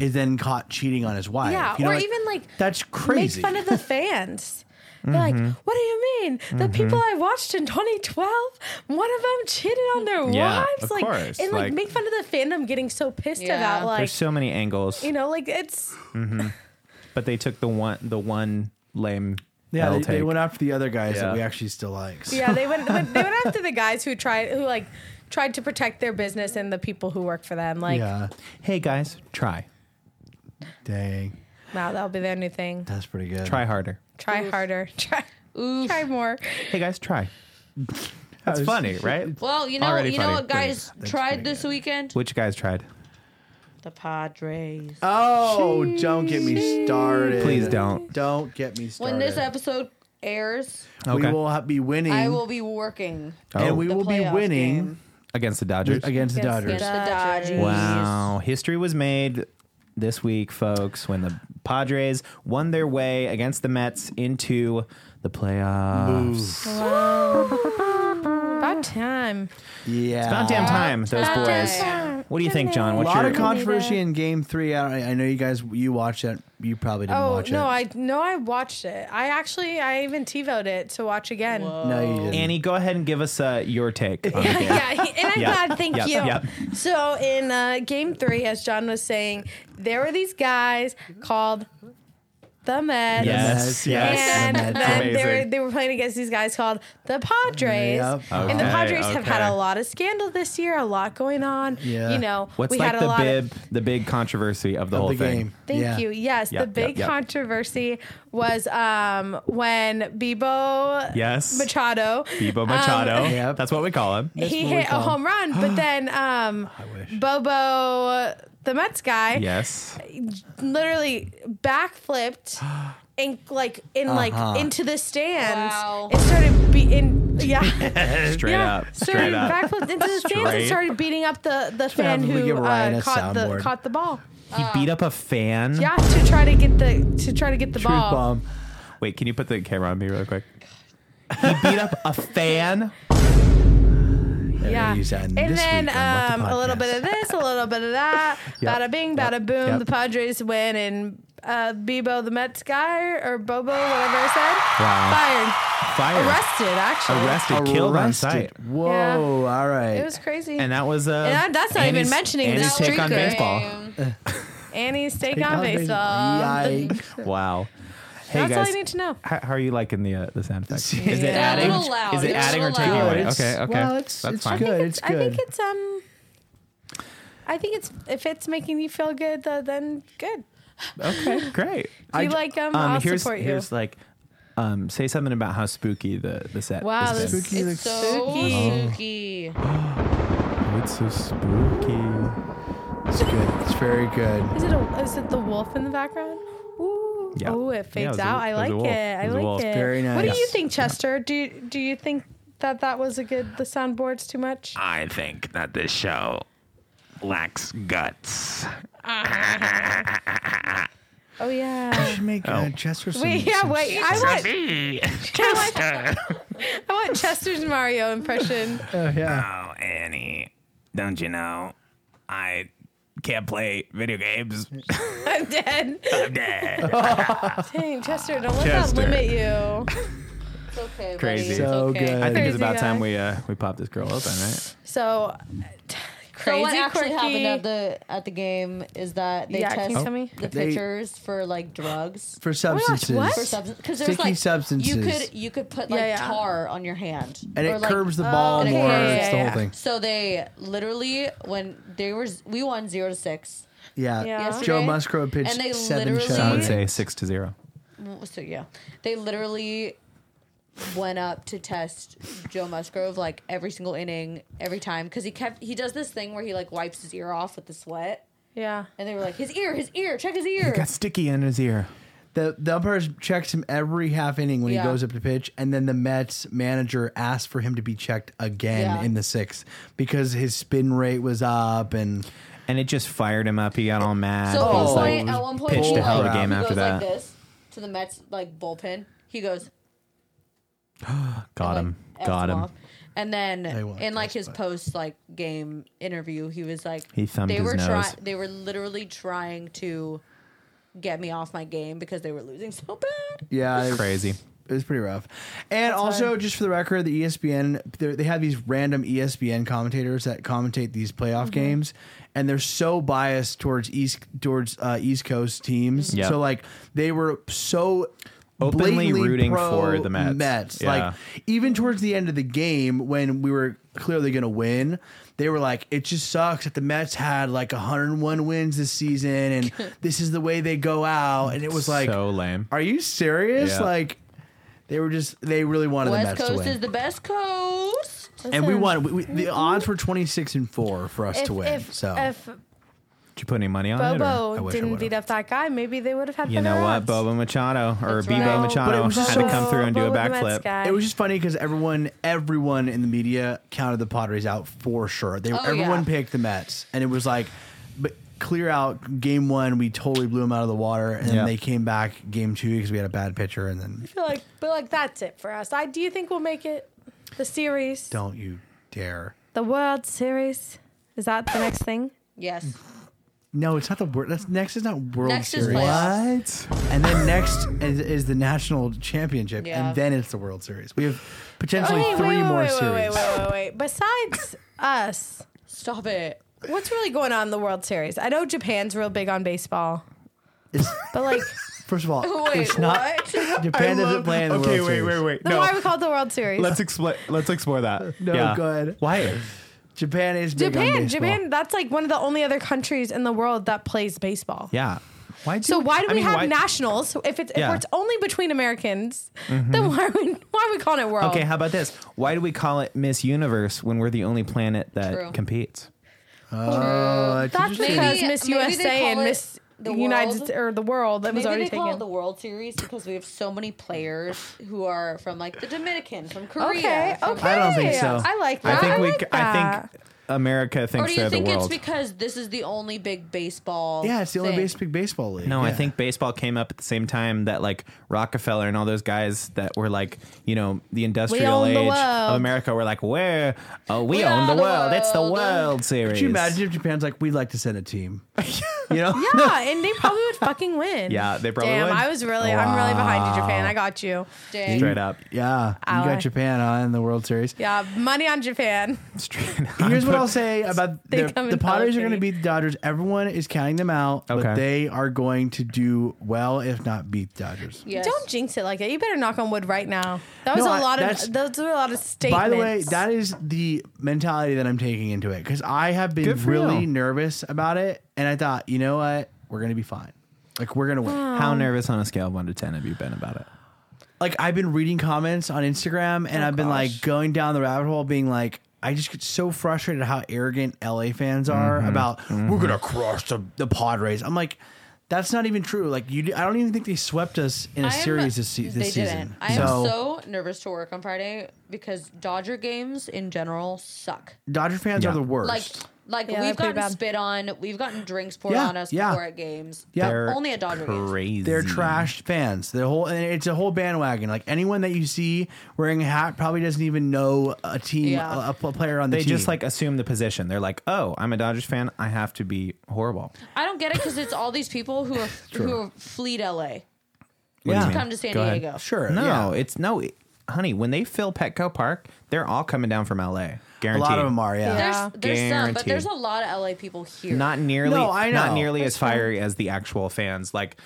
A: Is then caught cheating on his wife.
C: Yeah,
A: you know,
C: or even like
A: that's crazy.
C: Make fun of the fans. They're
D: Mm-hmm.
C: like, what do you mean? The people I watched in 2012, one of them cheated on their
D: Yeah,
C: wives.
D: of
C: like,
D: course,
C: and like,
D: like-
C: make fun of the fandom getting so pissed
E: Yeah.
C: about like,
D: there's so many angles,
C: you know, like it's
D: but they took the one the one lame.
A: yeah,
D: L
A: they,
D: take.
A: they went after the other guys
D: Yeah.
A: that we actually still like. So-
C: yeah. They went they went after the guys who tried who like tried to protect their business and the people who work for them. Like,
A: yeah,
D: hey guys, try
A: dang,
C: wow, that'll be their new thing.
A: that's pretty good.
D: try harder.
C: Try harder. Try.
E: Oof.
C: Try more.
D: Hey guys, try.
A: was-
D: That's funny, right?
E: Well, you know,
D: Already
E: you
D: funny.
E: know what guys tried
A: pretty
E: this weekend?
D: Which guys tried?
E: The Padres.
A: Oh, don't get me started.
D: Please don't.
A: Don't get me started.
E: when this episode airs,
A: we
D: Okay. Oh.
A: will ha- be winning.
E: I will be working
A: and we
E: the
A: will be
E: playoff
A: winning
E: game
D: against the Dodgers.
A: against the
C: Against
A: Dodgers.
E: against the Dodgers.
D: Wow, history was made this week, folks, when the Padres won their way against the Mets into the playoffs.
C: About time.
A: Yeah, it's
D: About damn time, those boys. What do you think, John?
A: A
D: What's
A: lot
D: your
A: of controversy in Game Three. I, I know you guys. You watched it. You probably didn't
C: Oh
A: watch it.
C: no, I no, I watched it. I actually I even TiVoed it to watch again.
A: No, you didn't.
D: Annie, go ahead and give us uh, your take. On the game.
C: yeah, he- and I'm
D: Yeah.
C: glad. Thank
D: Yep,
C: you.
D: yep.
C: So in uh, game three, as John was saying, there were these guys called the Mets.
D: Yes,
A: Yes, yes.
C: And
A: The Mets.
C: then they were,
D: Amazing.
C: they were playing against these guys called the Padres.
A: Yep.
C: And the
D: Okay,
C: Padres have had
D: okay.
C: a lot of scandal this year, a lot going on.
A: Yeah.
C: You know,
D: What's
C: we
D: like
C: had a
D: the
C: lot of-
D: bib, the big controversy of the whole
A: the
D: thing?
A: game.
C: Thank
A: Yeah.
C: you. Yes,
D: Yep,
C: the
D: yep,
C: big
D: yep.
C: controversy was um, when Bebo
D: Yes.
C: Machado Um,
D: Bebo Machado.
A: Yep.
D: That's what we call him.
C: he
A: what we
C: hit a
A: call him.
C: home run, but then um, Bobo, the Mets guy,
D: Yes.
C: literally backflipped and like in like into the stands
E: Wow.
C: and started beating. Yeah,
D: Straight
C: yeah.
D: up.
C: Started
D: Straight up.
C: backflipped into the stands and
D: Straight-
C: started beating up the the fan
A: have to
C: who
A: give Ryan
C: uh,
A: a
C: caught the
A: soundboard.
C: caught the ball.
D: He beat up a fan.
C: Yeah, to try to get the to try to get the
A: Truth
C: ball.
A: bomb.
D: Wait, can you put the camera on me real quick? He beat up a fan.
C: Yeah.
A: Use that in
C: and
A: this
C: then
A: week on What
C: um,
A: the
C: a little bit
A: Podcast.
C: of this, a little bit of that.
D: Yep.
C: Bada bing,
D: Yep.
C: bada boom.
D: Yep.
C: The Padres win, and uh, Bebo, the Mets guy, or Bobo, whatever I said,
D: Fire.
C: fired, arrested, actually.
D: Arrested. Killed on
A: Arrested.
D: sight.
A: Whoa!
C: Yeah.
A: All right.
C: It was crazy.
D: And that was uh.
C: And that's not even
D: Annie's-
C: mentioning the
D: Annie's take
C: street
D: on
C: game.
D: baseball.
C: Annie's take,
A: Take
C: on
A: on
C: baseball.
A: baseball.
D: Wow. Hey
C: That's
D: guys,
C: all you need to know.
D: How, how are you liking the uh, the sound effects? Is it
E: They're a
D: adding?
E: little loud.
D: Is it
E: They're a
D: adding or
E: little
D: taking
E: loud.
D: away?
A: It's-
D: Okay, okay,
A: well, it's-
D: that's
A: it's
D: fine.
A: good. It's
C: I think
A: good.
C: it's um. I think it's if it's making you feel good, uh, then good.
D: Okay, great. um,
C: If you like
E: um,
C: them, I'll
D: here's,
C: support you.
D: Here's like, um, say something about how spooky the the set.
C: wow,
D: is
C: this
D: been.
C: is
A: Spooky, like, Oh.
E: It's so
C: Spooky.
E: spooky.
D: it's so spooky.
A: It's good. It's very good.
C: Is it a, is it the wolf in the background? Ooh.
D: Yeah.
C: Oh, it
D: Yeah, it
C: fades
D: was a-
C: out. I
D: it was a
C: like
D: wolf.
C: it. I
D: It was a
C: like
D: wolf.
C: it.
A: Very
C: What do
A: nice.
C: you think, Chester? Do you, do you think that that was a good. The soundboard's too much.
D: I think that this show lacks guts.
C: Oh yeah.
A: Make uh, Chester some,
C: Wait, yeah,
A: some
C: wait. I want, I want I want Chester's Mario impression.
D: Oh, Annie, don't you know? I can't play video games.
C: I'm dead.
D: I'm dead.
C: Dang, Chester, don't let
D: Chester.
C: that limit you.
E: It's okay. buddy.
D: Crazy.
E: It's
A: So
E: okay.
A: good.
D: I think it's
C: Crazy
D: about
C: guy.
D: time we uh, we pop this girl open, right?
C: So t-
E: So
C: crazy
E: what actually
C: quirky.
E: happened at the at the game is that they
C: Yeah, can
E: test
C: you tell me?
E: the
A: They-
E: pictures for like drugs
A: for substances.
C: what?
E: for substance because there's
A: Sticky
E: like
A: substances.
E: you could you could put like
C: Yeah, yeah.
E: tar on your hand
A: and it
E: Or, like- oh, uh,
A: curbs the ball
E: and it
A: more.
E: curbs
A: it's
E: it.
A: the
C: yeah,
A: whole
C: yeah.
A: thing.
E: So they literally when they were we won zero to six.
A: Yeah.
C: Yeah.
E: yesterday,
A: Joe Musgrove pitched
E: and they
A: seven
E: literally-
D: I would
A: shots.
D: say six to zero.
E: So yeah, they literally went up to test Joe Musgrove like every single inning, every time because he kept he does this thing where he like wipes his ear off with the sweat,
C: Yeah.
E: and they were like his ear, his ear, check his ear.
D: sticky in his ear.
A: The the umpire checks him every half inning when
E: Yeah.
A: he goes up to pitch, and then the Mets manager asked for him to be checked again
E: Yeah.
A: in the sixth because his spin rate was up, and
D: And it just fired him up. He got all mad.
E: So at
D: Oh, He was
E: one
D: like,
E: point, at one point,
D: pitched
E: he,
D: a hell of a
E: like,
D: game
E: he
D: after
E: goes
D: that.
E: like this to the Mets like bullpen. He goes,
D: got
E: like,
D: him,
E: F'd
D: got
E: them
D: him.
E: off. And then
A: won't
E: in like
A: guess,
E: his
A: but-
E: post like game interview, he was like,
D: He thumbed
E: they
D: his
E: were
D: nose.
E: They were literally trying to get me off my game because they were losing so bad.
A: yeah, it-
D: Crazy.
A: It was pretty rough. And also, just for the record, the E ESPN they're- they have these random E ESPN commentators that commentate these playoff
D: Mm-hmm.
A: games, and they're so biased towards East towards uh, East Coast teams.
D: Mm-hmm. Yeah.
A: So like they were so
D: Openly
A: blatantly
D: rooting
A: pro
D: for the Mets. Yeah.
A: Like even towards the end of the game when we were clearly going to win. They were like, it just sucks that the Mets had like 101 wins this season, and this is the way they go out. And it was like,
D: so lame.
A: are you serious?
D: Yeah.
A: Like they were just they really wanted the
E: West
A: Mets to
E: Coast
A: win.
E: is the best coast.
A: and we
C: Listen,
A: won. We, we, the odds were twenty six and four for us
C: If,
A: to win.
C: if,
A: so
C: if
D: Did you put any money on it? Or?
A: I
C: Bobo
A: wish I
C: didn't
A: would've.
C: beat up that guy, maybe they would have had.
D: You know
C: better
D: what,
C: odds.
D: Bobo Machado or
E: That's
D: Bebo
E: right. No,
A: but it
D: Machado
A: was
D: had
A: also-
D: to come through and do a
C: Bobo the Mets
D: backflip.
C: guy.
A: it was just funny because everyone, everyone in the media counted the Padres out for sure. They everyone
E: Oh, yeah.
A: picked the Mets, and it was like, but clear out game one. We totally blew them out of the water, and
D: Yeah.
A: then they came back game two because we had a bad pitcher, and then
C: I feel like, but like that's it for us. I do you think we'll make it the series,
A: don't you dare.
C: the World Series? Is that the next thing?
E: Yes.
A: No, it's not the world. That's next is not World
E: Next is
A: Series.
E: playoffs.
A: And then next is, is the national championship,
E: Yeah.
A: and then it's the World Series. We have
C: Oh,
A: potentially
C: wait,
A: three
C: wait, wait,
A: more
C: wait,
A: series.
C: wait, wait, wait, wait, wait. Besides us,
E: Stop it.
C: what's really going on in the World Series? I know Japan's real big on baseball,
A: It's-
C: but like,
A: first of all,
E: Wait,
A: it's not
E: what?
A: Japan doesn't play in the
D: okay,
A: World
D: wait,
A: Series.
D: wait, wait.
C: then why are
D: No,
C: we called the World Series?
D: let's explore. Let's explore that.
A: No,
D: yeah.
A: go ahead.
D: Why?
A: Japan is big on
C: Japan,
A: baseball.
C: Japan. That's like one of the only other countries in the world that plays baseball.
D: Yeah. Why? Do
C: So why do
D: I
C: we
D: mean,
C: have
D: why-
C: nationals if it's
D: Yeah.
C: if it's only between Americans? Then why are we why are we calling it world?
D: Okay, how about this? Why do we call it Miss Universe when we're the only planet that
E: True.
D: competes?
A: Uh, it's
C: That's
A: interesting.
C: because
E: Maybe-
C: Miss
E: maybe they
C: USA and
E: call it
C: Miss
E: the
C: United
E: world.
C: or the world that was
E: Maybe
C: already
E: they call
C: taken.
E: it the World Series because we have so many players who are from like the Dominican, from Korea.
C: okay,
E: from-
C: okay.
A: I don't think so.
C: I like
D: I
C: that.
D: think we.
C: like
D: I
C: that.
D: think America
E: Or
D: thinks
E: do
D: they're
E: you think
D: the
E: it's
D: world.
E: because this is the only big baseball?
A: Yeah, it's the only
E: thing?
A: base, big baseball league.
D: No, I
A: Yeah.
D: think baseball came up at the same time that like Rockefeller and all those guys that were like, you know, the industrial
C: own
D: age
C: the
D: of
C: world.
D: America were like, where oh, we, own the, world. It's the World Series.
A: Could you imagine if Japan's like, we'd like to send a team? you know?
C: Yeah, and they probably would fucking win.
D: Yeah, they probably
C: Damn,
D: would.
C: I was really, I'm really behind you, Japan. I got you.
E: Dang.
D: Straight up,
A: Yeah. You
C: Ally.
A: got Japan on in the World Series.
C: Yeah, money on Japan.
D: straight up.
A: Here's what I'll say about
C: They
A: the,
C: come
A: the
C: in
A: Padres are going to
C: pelicans.
A: beat the Dodgers. Everyone is counting them out,
D: Okay.
A: but they are going to do well, if not beat the Dodgers.
E: Yes.
C: Don't jinx it like that. You better knock on wood right now. That was
A: No,
C: a
A: I-
C: lot
A: that's-
C: of those were a lot of statements.
A: By the way, that is the mentality that I'm taking into it because I have been
D: Good for
A: really
D: you.
A: nervous about it, and I thought, you know what, we're going to be fine. Like we're gonna win.
D: How nervous on a scale of one to ten have you been about it?
A: Like I've been reading comments on Instagram,
D: Oh,
A: and I've been like going down the rabbit hole, being like, I just get so
D: Mm-hmm.
A: frustrated how arrogant LA fans are about we're gonna crush the the Padres. I'm like, That's not even true. Like you, I don't even think they swept us in a
E: I am-
A: series this, se- this
E: they
A: season.
E: Didn't. I am so nervous to work on Friday because Dodger games in general suck.
A: Dodger fans
D: Yeah.
A: are the worst.
E: Like, like
C: Yeah,
E: we've
C: they're pretty
E: gotten
C: bad.
E: spit on, we've gotten drinks poured
A: Yeah,
E: on us
A: yeah.
E: before at games.
A: Yeah.
D: They're
E: only at Dodger games.
D: crazy.
A: They're trashed fans. The whole and it's a whole bandwagon. Like anyone that you see wearing a hat probably doesn't even know a team,
E: Yeah.
A: a- a, player on the
D: They
A: team.
D: just like assume the position. They're like, "Oh, I'm a Dodgers fan. I have to be horrible."
E: I don't get it because it's all these people who are who are fleet LA
D: What do you
A: Yeah.
D: mean?
E: come to San
D: Go ahead.
E: Diego.
A: sure,
D: No,
A: yeah.
D: it's no, honey. When they fill Petco Park, they're all coming down from L.A.
A: a
D: Guaranteed.
A: lot of them are. Yeah,
C: Yeah.
E: There's there's some, but
D: Guaranteed.
E: there's a lot of LA people here.
D: Not nearly.
A: No, I
D: Not
A: know.
D: nearly as fiery as the actual fans. Like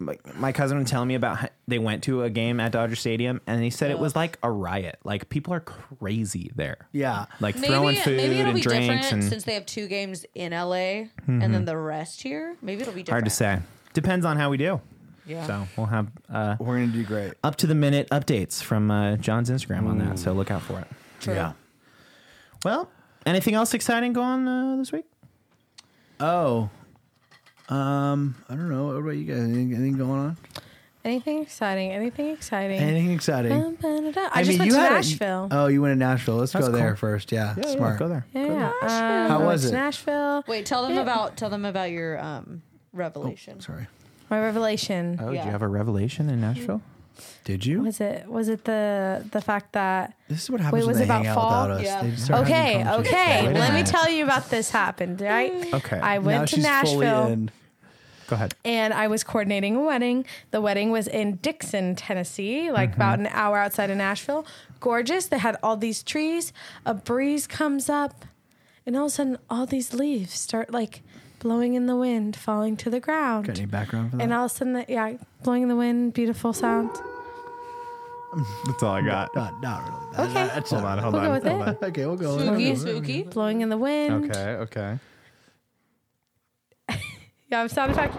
D: my, my cousin would tell me about how they went to a game at Dodger Stadium, and he said it was like a riot. Like people are crazy there.
A: Yeah.
D: like
E: maybe
D: throwing food
E: maybe it'll
D: and
E: be
D: drinks
E: different
D: and Mm-hmm.
E: since they have two games in LA and then the rest here. Maybe it'll be different.
D: hard to say. Depends on how we do.
E: Yeah.
D: So we'll have uh,
A: we're gonna do great.
D: up to the minute updates from uh, John's Instagram on that. So
A: Mm.
D: look out for it.
A: Yeah.
D: Well, anything else exciting going uh, this week?
A: Oh, um, I don't know. What about you guys? Anything, anything going on?
C: Anything exciting? Anything exciting?
A: Anything exciting?
C: Dun, dun, dun, dun. Um, I, just went to
A: had a-
C: Nashville.
A: oh, you went to Nashville. Let's
D: That's
A: go there
D: cool.
A: first. Yeah,
D: Yeah,
A: smart.
D: yeah, go there.
C: yeah. um,
A: How
C: I went
A: was
C: to
A: it?
C: Nashville.
E: Wait, tell them
C: Yeah.
E: about tell them about your um, revelation.
A: Sorry.
C: My revelation.
D: Oh, did
E: Yeah.
D: you have a revelation in Nashville?
A: Did you?
C: Was it was it the the fact that
A: This is what happens
C: Wait,
A: when
C: was it
A: they
C: about
A: hang out
C: fall?
A: without us.
E: Yeah.
A: They just start having
C: Okay,
A: conversations. Mm.
C: okay.
D: Wait a
C: Let me
D: minute.
C: tell you about this happened, right?
D: Okay.
C: I
A: Now
C: went to
A: she's fully
C: Nashville
A: in.
D: Go ahead.
C: and I was coordinating a wedding. The wedding was in Dixon, Tennessee, like
A: Mm-hmm.
C: about an hour outside of Nashville. Gorgeous. They had all these trees. A breeze comes up, and all of a sudden, all these leaves start like blowing in the wind, falling to the ground.
A: Got any background for that?
C: And all of a sudden, the, yeah, blowing in the wind, beautiful sound.
D: That's all I got.
A: not, not really. That-
C: Okay.
A: that's
D: Hold on,
A: not-
D: hold
C: We'll
D: on.
C: go with
D: hold
C: it.
D: on.
A: Okay, we'll go.
E: Spooky, spooky.
C: Blowing in the
A: Mm.
C: wind.
D: okay.
C: Yeah, I'm sound effect.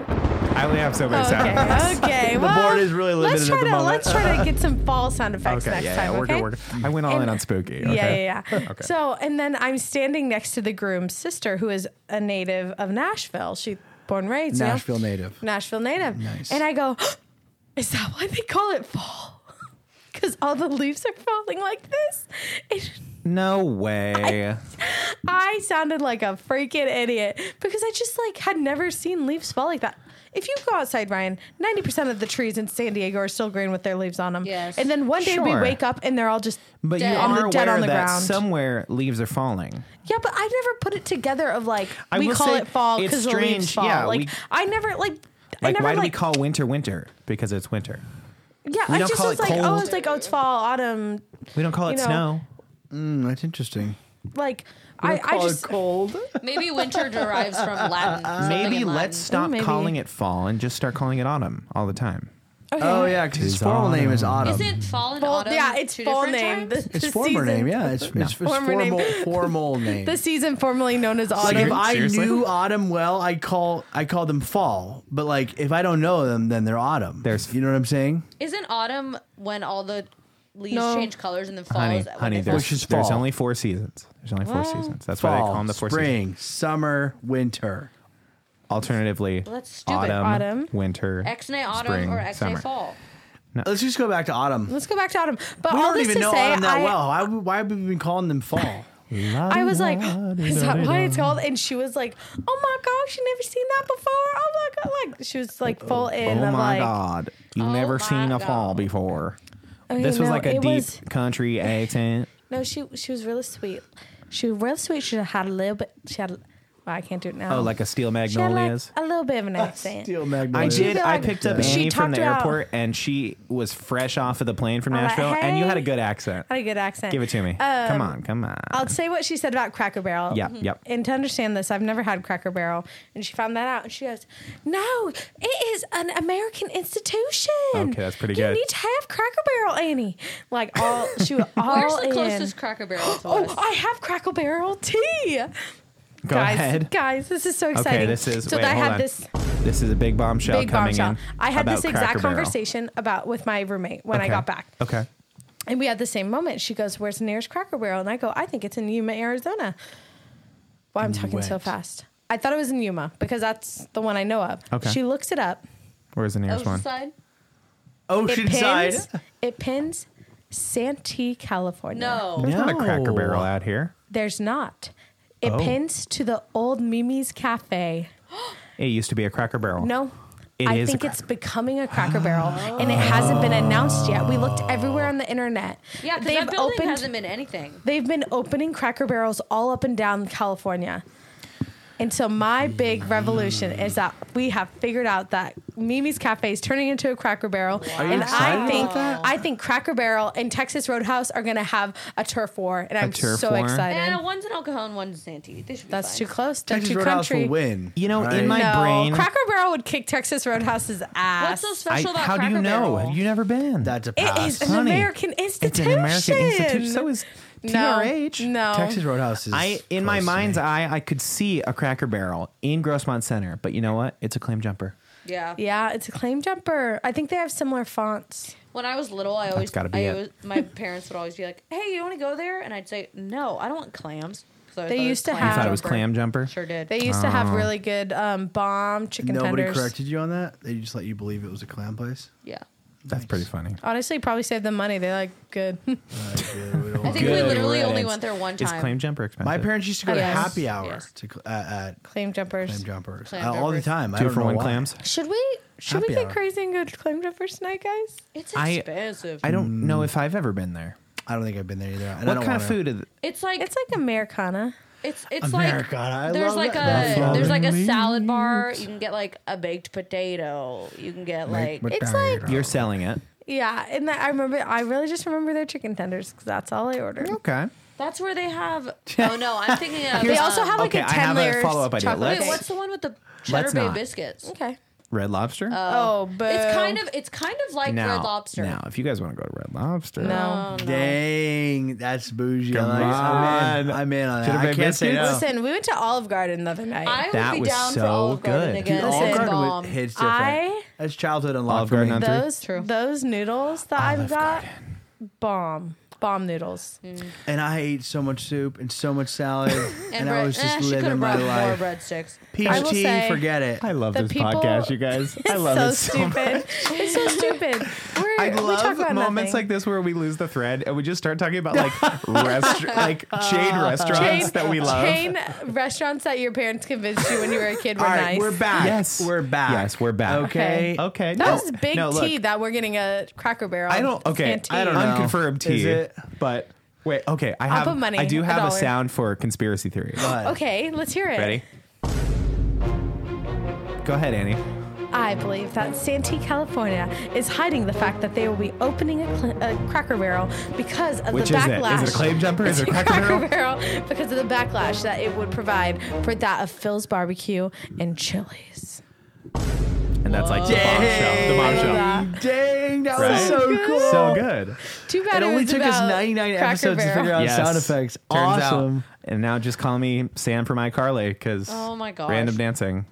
D: I only have so many sound effects.
C: Oh, Okay. okay.
A: The
C: well,
A: board is really
C: let's
A: limited
C: try
A: at the
C: to
A: moment.
C: let's try to get some fall sound effects
D: Okay,
C: next
D: yeah,
C: time.
D: yeah, we're
C: okay?
D: good, we're good. I went all
C: And-
D: in on spooky. Okay.
C: Yeah, yeah, yeah. So, and then I'm standing next to the groom's sister, who is a native of Nashville. She born and raised. you know?
A: Nashville native.
C: Nashville native.
A: Nice.
C: And I go, is that why they call it fall? Because all the leaves are falling like this. And
D: No way.
C: I sounded like a freaking idiot because I just like had never seen leaves fall like that. If you go outside, Ryan, ninety percent of the trees in San Diego are still green with their leaves on them.
E: Yes.
C: And then one day we
D: Sure.
C: wake up and they're all just
D: But you
E: Dead.
D: are
E: On
C: the-
D: aware
C: dead on the
D: that
C: ground.
D: somewhere leaves are falling.
C: Yeah, but I never put it together of like
D: I
C: we
D: will
C: call
D: say
C: it fall
D: it's
C: because the leaves
D: strange,
C: fall.
D: yeah,
C: like
D: we-
C: I never like. I
D: Like,
C: never
D: why do we
C: like,
D: call winter winter? Because it's winter.
C: Yeah,
D: we
C: I
D: don't
C: just
D: call
C: was
D: it
C: like, oh,
D: cold?
C: it's like oh, it's fall, autumn.
D: We don't call
C: You
D: it
C: know,
D: snow. Hmm,
A: Mm, that's interesting.
C: Like I, I just
A: cold.
E: Maybe winter derives from Latin. something
D: Maybe
E: in Latin.
D: let's stop
C: maybe.
D: calling it fall and just start calling it autumn all the time.
C: okay.
A: Oh yeah, because his
D: Tis
A: formal name is
D: autumn.
A: Autumn.
E: Isn't fall and
C: Fall-
E: autumn?
C: yeah, it's
E: two
C: full
E: different
C: name.
E: times?
C: The,
A: It's
C: the
A: former
C: season,
A: name, yeah. It's, it's, it's
C: Former
A: formal,
C: name.
A: formal name.
C: The season formerly known as
A: Like
C: autumn.
A: if I
D: Seriously?
A: knew autumn well, I call I call them fall. But like if I don't know them, then they're autumn.
D: There's-
A: you know what I'm saying?
E: Isn't autumn when all the leaves
C: No.
E: change colors and then fall
D: Honey,
E: is when
D: honey,
E: they
D: there's,
A: Which is
D: there's
A: fall.
D: only four seasons. There's only four seasons. That's why they
A: fall,
D: call them the four seasons.
A: spring, summer, winter.
D: Alternatively,
E: Well, that's stupid.
D: autumn,
C: Autumn.
D: winter,
E: X-nay autumn
D: spring,
E: or X-nay
D: summer.
E: fall?
A: Let's just go back to autumn.
C: Let's go back to autumn. But
A: we
C: all
A: don't
C: this
A: even
C: to
A: know
C: say,
A: autumn that
C: I,
A: well. Why, why have we been calling them fall?
C: I was like, is that why it's called? And she was like, oh my gosh, you never seen that before. Oh my god, like she was like full in.
D: Oh
C: of
D: my
C: like,
D: god! You've
E: Oh
D: never
E: my
D: seen a fall
E: God.
D: before.
C: Okay,
D: This was
C: no,
D: like a
C: it
D: deep
C: was-
D: country accent.
C: No, she she was really sweet. She was real sweet. She had a little bit. She had. Well, I can't do it now.
D: Oh, like a steel
C: she had like
D: magnolias.
C: a little bit of an accent.
A: Steel
D: I
A: magnolia.
D: did.
C: be
D: I
C: like-
D: picked up
C: She
D: Annie from
C: talked
D: the
C: about-
D: airport, and she was fresh off of the plane from
C: I'm like,
D: Nashville. And you had a
C: "Hey."
D: good accent.
C: Had a good accent.
D: Give it to me.
C: Um,
D: come on, come on.
C: I'll say what she said about Cracker Barrel. Mm-hmm.
D: Yep, yep.
C: And to understand this, I've never had Cracker Barrel, and she found that out, and she goes, "No, it is an American institution.
D: Okay, that's pretty
C: You
D: good.
C: need to have Cracker Barrel, Annie. Like all she was all
E: Where's the
C: in.
E: closest Cracker Barrel to
C: Oh,
E: us?
C: I have Cracker Barrel tea.
D: Go
C: guys,
D: ahead.
C: guys, this is so exciting.
D: Okay, this is.
C: so
D: wait,
C: I
D: hold
C: had
D: on.
C: this
D: This is a big bombshell
C: big
D: coming
C: bombshell.
D: in.
C: I had
D: about
C: this exact
D: Cracker Barrel.
C: conversation about with my roommate when I
D: Okay.
C: got back.
D: Okay.
C: And we had the same moment. She goes, Where's the nearest Cracker Barrel? And I go, I think it's in Yuma, Arizona. Why I'm talking so
A: Wet.
C: fast. I thought it was in Yuma because that's the one I know of.
D: Okay.
C: She looks it up.
D: Where's the nearest one?
E: Oceanside?
C: It
D: Oceanside.
C: pins, it pins Santee, California.
E: No.
D: There's not a
A: No.
D: Cracker Barrel out here.
C: There's not. It
D: Oh.
C: pins to the old Mimi's Cafe.
D: It used to be a Cracker Barrel.
C: No.
D: It
C: I
D: is a
C: think it's
D: Cracker-
C: becoming a Cracker Barrel, and it hasn't been announced yet. We looked everywhere on the internet.
E: Yeah, because
C: they've
E: that building
C: opened.
E: hasn't been anything.
C: they've been opening Cracker Barrels all up and down California. And so my big revolution is that we have figured out that Mimi's Cafe is turning into a Cracker Barrel,
A: you
C: and
A: excited
C: I
A: about
C: think
A: that?
C: I think Cracker Barrel and Texas Roadhouse are going to have a turf war, and I'm
D: turf
C: so
D: war?
C: excited.
E: And one's in El Cajon, one's in Santee. They should be
C: That's too
E: fine.
C: close. They're
A: Texas
C: too
A: Roadhouse
C: country.
A: will win.
D: You know,
A: right?
D: in my
C: no,
D: brain,
C: Cracker Barrel would kick Texas Roadhouse's ass.
E: What's so
D: I,
E: special about
D: how do
E: Cracker
D: you know?
E: Barrel?
D: Have you never been?
A: That's a
C: It
A: pass.
C: is an
D: Honey,
C: American institution.
D: it's an American institution. So is
C: no,
D: TRH.
C: No.
A: Texas Roadhouse is.
D: I in my
A: close to
D: mind's
A: me.
D: eye, I could see a Cracker Barrel in Grossmont Center, but you know what? It's a claim jumper.
E: Yeah.
C: Yeah, it's a claim jumper. I think they have similar fonts.
E: When I was little, I always,
D: gotta be
E: I
D: it.
E: always- my parents would always be like, "Hey, you want to go there?" And I'd say, "No, I don't want clams." So I
C: They
E: thought it was
C: used to
E: clam
C: have-
D: I thought it was
E: jumper.
D: clam jumper.
E: Sure did.
C: They used to have really good um, bomb chicken
A: Nobody
C: tenders.
A: corrected you on that. They just let you believe it was a clown place.
E: yeah.
D: That's pretty funny.
C: Honestly, probably saved them money. They like good.
A: Like, dude, we don't
E: I
A: want-
E: think we literally
D: riddance.
E: only went there one
D: Is
E: time.
D: claim jumper expensive?
A: my parents used to go
C: Oh,
A: to
C: yes.
A: happy hour
E: Yes.
A: to cl- uh, at
C: claim jumpers.
A: clam jumpers
E: Clam
A: Uh, all the
E: jumpers.
A: time. I
D: two
A: don't
D: for
A: know
D: one
A: why.
D: clams.
C: Should we should we
A: Happy
C: get
A: hour.
C: crazy and go to claim jumpers tonight, guys?
E: It's
D: I-
E: expensive.
D: I don't know if I've ever been there.
A: I don't think I've been there either. And Mm. I
D: What
A: don't
D: kind of
A: wanna-
D: food? Is,
E: it's like
C: It's like Americana.
E: It's it's
A: Americana, I
E: like there's
A: love
E: like
A: that.
E: a
A: That's
E: there's
A: all
E: like a salad bar. You can get like a baked potato. You can get like
C: It's like
D: you're selling it.
C: yeah, and that, I remember. I really just remember their chicken tenders because that's all I ordered.
D: Okay.
E: that's where they have. Oh no, I'm thinking of.
C: They
E: um,
C: also have like
D: okay,
C: a
D: I
C: ten
D: have a
C: layers
D: follow-up idea.
C: chocolate
E: Wait,
D: Let's-
C: cake.
E: what's the one with the cheddar
D: Let's
E: bay
D: not.
E: biscuits?
C: okay.
D: Red Lobster.
C: Oh, but
E: It's kind of Uh, it's kind of like
D: now,
E: Red Lobster.
D: Now, if you guys want to go to Red Lobster,
C: no.
A: Dang, that's bougie. I
D: Come
A: like- I'm in.
D: on.
A: I'm in on that.
D: Should've
A: I
D: made
A: can't say
D: biscuits.
A: no.
C: Listen, we went to Olive Garden the other night.
E: I would
D: That
E: be
D: was
E: down for
D: so
E: Olive Garden
D: good.
E: again.
C: Dude, Olive
E: It's
C: Garden
E: bomb.
A: It hits different.
C: I
A: That's childhood unlocked.
D: Olive
A: for
D: Garden
A: me.
D: on three.
C: those
E: True.
C: those noodles that I've got bomb bomb noodles.
A: and I ate so much soup and so much salad, and, I
E: bread-
A: was
E: eh,
A: just
E: she coulda
A: living my
E: brought
A: life.
E: more breadsticks.
C: I
A: Peach
C: will
A: tea,
C: say-
A: forget it.
D: I love
C: The
D: this
C: people-
D: podcast, you guys. I
C: It's
D: love
C: so
D: it so much.
C: stupid. it's so stupid. We're,
D: I
C: we talk
D: love
C: about
D: moments like
C: nothing.
D: this where we lose the thread and we just start talking about like rest- like chain restaurants that we love.
C: chain restaurants that your parents convinced you when you were a kid were
A: All right,
C: nice.
A: we're back.
D: Yes.
A: we're back.
D: Yes, we're back.
A: Okay.
D: Okay.
C: That
D: no-
C: was big
D: no,
C: tea
D: look,
C: that we're getting a Cracker Barrel.
D: I don't. Okay.
C: Santee.
D: I don't know. Unconfirmed tea.
A: Is it-
D: But wait. Okay. I have.
C: put money,
D: I do
C: a
D: have a,
C: dollar.
D: sound for conspiracy theories.
A: But
C: Okay, let's hear it.
D: Ready? Go ahead, Annie.
C: I believe that Santee, California is hiding the fact that they will be opening a, cl- a cracker barrel because of
D: Which
C: the
D: is it? Is
C: backlash.
D: it a claim jumper? Is
C: It's
D: it a
C: a
D: Cracker
C: barrel? Because of the backlash that it would provide for that of Phil's barbecue and Chili's.
D: And that's like the bombshell. The
C: I love
D: bombshell.
C: that.
A: Dang, that
D: Right?
A: was so cool.
D: So good.
C: Too bad
A: It
C: it,
A: only
C: was
A: took us
C: about
A: 99
C: Cracker
A: episodes to
C: Barrel.
A: figure out
D: Yes.
A: sound effects.
D: Turns
A: awesome.
D: Out. And now just call me Sam for my Carly because
E: Oh my gosh.
D: random dancing.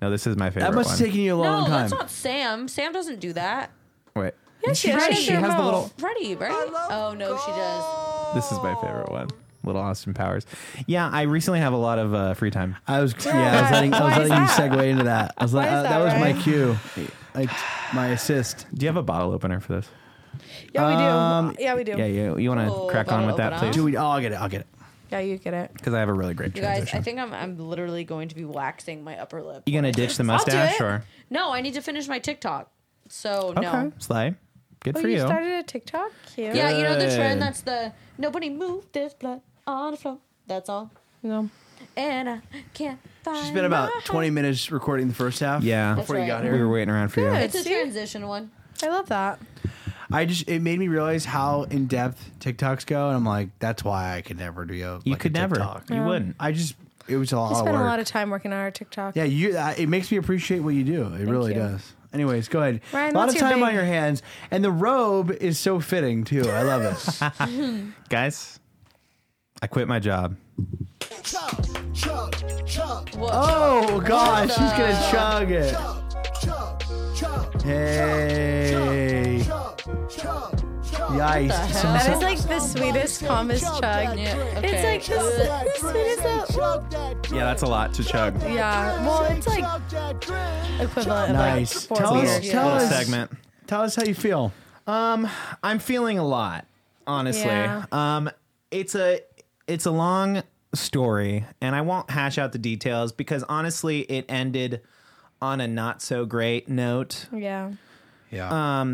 D: No, this is my favorite
A: That must have
D: one.
A: taken you a long
E: No,
A: time.
E: that's not Sam. Sam doesn't do that.
D: Wait,
C: Yeah, she,
E: Freddie
C: has, she has the little.
E: Freddie, right? Oh no, she does.
D: this is my favorite one. Little Austin Powers. Yeah, I recently have a lot of uh, free time.
A: I was yeah, I was letting, I
C: Why
A: was
C: is
A: letting you
C: that?
A: segue into that. I was like,
C: Why is
A: uh, that,
C: that,
A: was
C: Ryan?
A: my cue, I, my assist.
D: Do you have a bottle opener for this?
C: Yeah, we do.
A: Um,
C: yeah, we do.
D: Yeah, you, you want to
E: Oh,
D: crack on
E: bottle
D: with that,
E: opener.
A: Do
D: please?
A: we? Oh, I'll get it. I'll get it.
C: Yeah, you get it.
D: Because I have a really great
E: You
D: transition.
E: guys, I think I'm I'm literally going to be waxing my upper lip.
D: you gonna ditch the
C: I'll do
D: mustache
C: it.
D: or
E: No, I need to finish my TikTok. So
D: okay,
E: no.
D: Sly? Good
C: Oh,
D: for
C: you
D: you.
C: started a TikTok? Cute.
E: Yeah, you know the
D: Good.
E: trend that's the nobody move this blood on the floor. That's all.
C: No.
E: And I can't find
A: She spent about
E: my-
A: 20 minutes recording the first half.
D: Yeah.
A: before you
E: That's
A: got
E: right.
A: here.
D: we were waiting around for you.
C: Good.
E: It's a
C: See?
E: transition one.
C: I love that.
A: I just it made me realize how in depth TikToks go, and I'm like, that's why I could never do. a-
D: You
A: like a
D: could never.
A: TikTok.
D: You wouldn't.
A: I just it was a lot
C: We
A: of
C: spent
A: work.
C: a lot of time working on our TikTok.
A: yeah, you. I- It makes me appreciate what you do. It really
C: you.
A: does. Anyways, go ahead.
C: Ryan,
A: a lot
C: what's
A: of
C: your
A: time
C: big-
A: on your hands, and the robe is so fitting too. I love it.
D: Guys, I quit my job.
A: oh God, she's gonna chug it. Hey. Yikes! Some
C: That is like the sweetest, calmest chug.
E: Yeah,
C: It's
E: okay.
C: like the, the sweetest. little-
D: Yeah, that's a lot to chug.
C: Yeah. Well, it's like equivalent.
A: Nice.
C: Of like four
A: Tell
C: beers.
A: us-
C: Yeah.
A: tell
D: Little
A: us-
D: segment.
A: Tell us how you feel.
D: I'm feeling a lot, honestly.
C: Yeah.
D: Um, it's a it's a long story, and I won't hash out the details because honestly, it ended on a not so great note.
C: Yeah.
A: Yeah.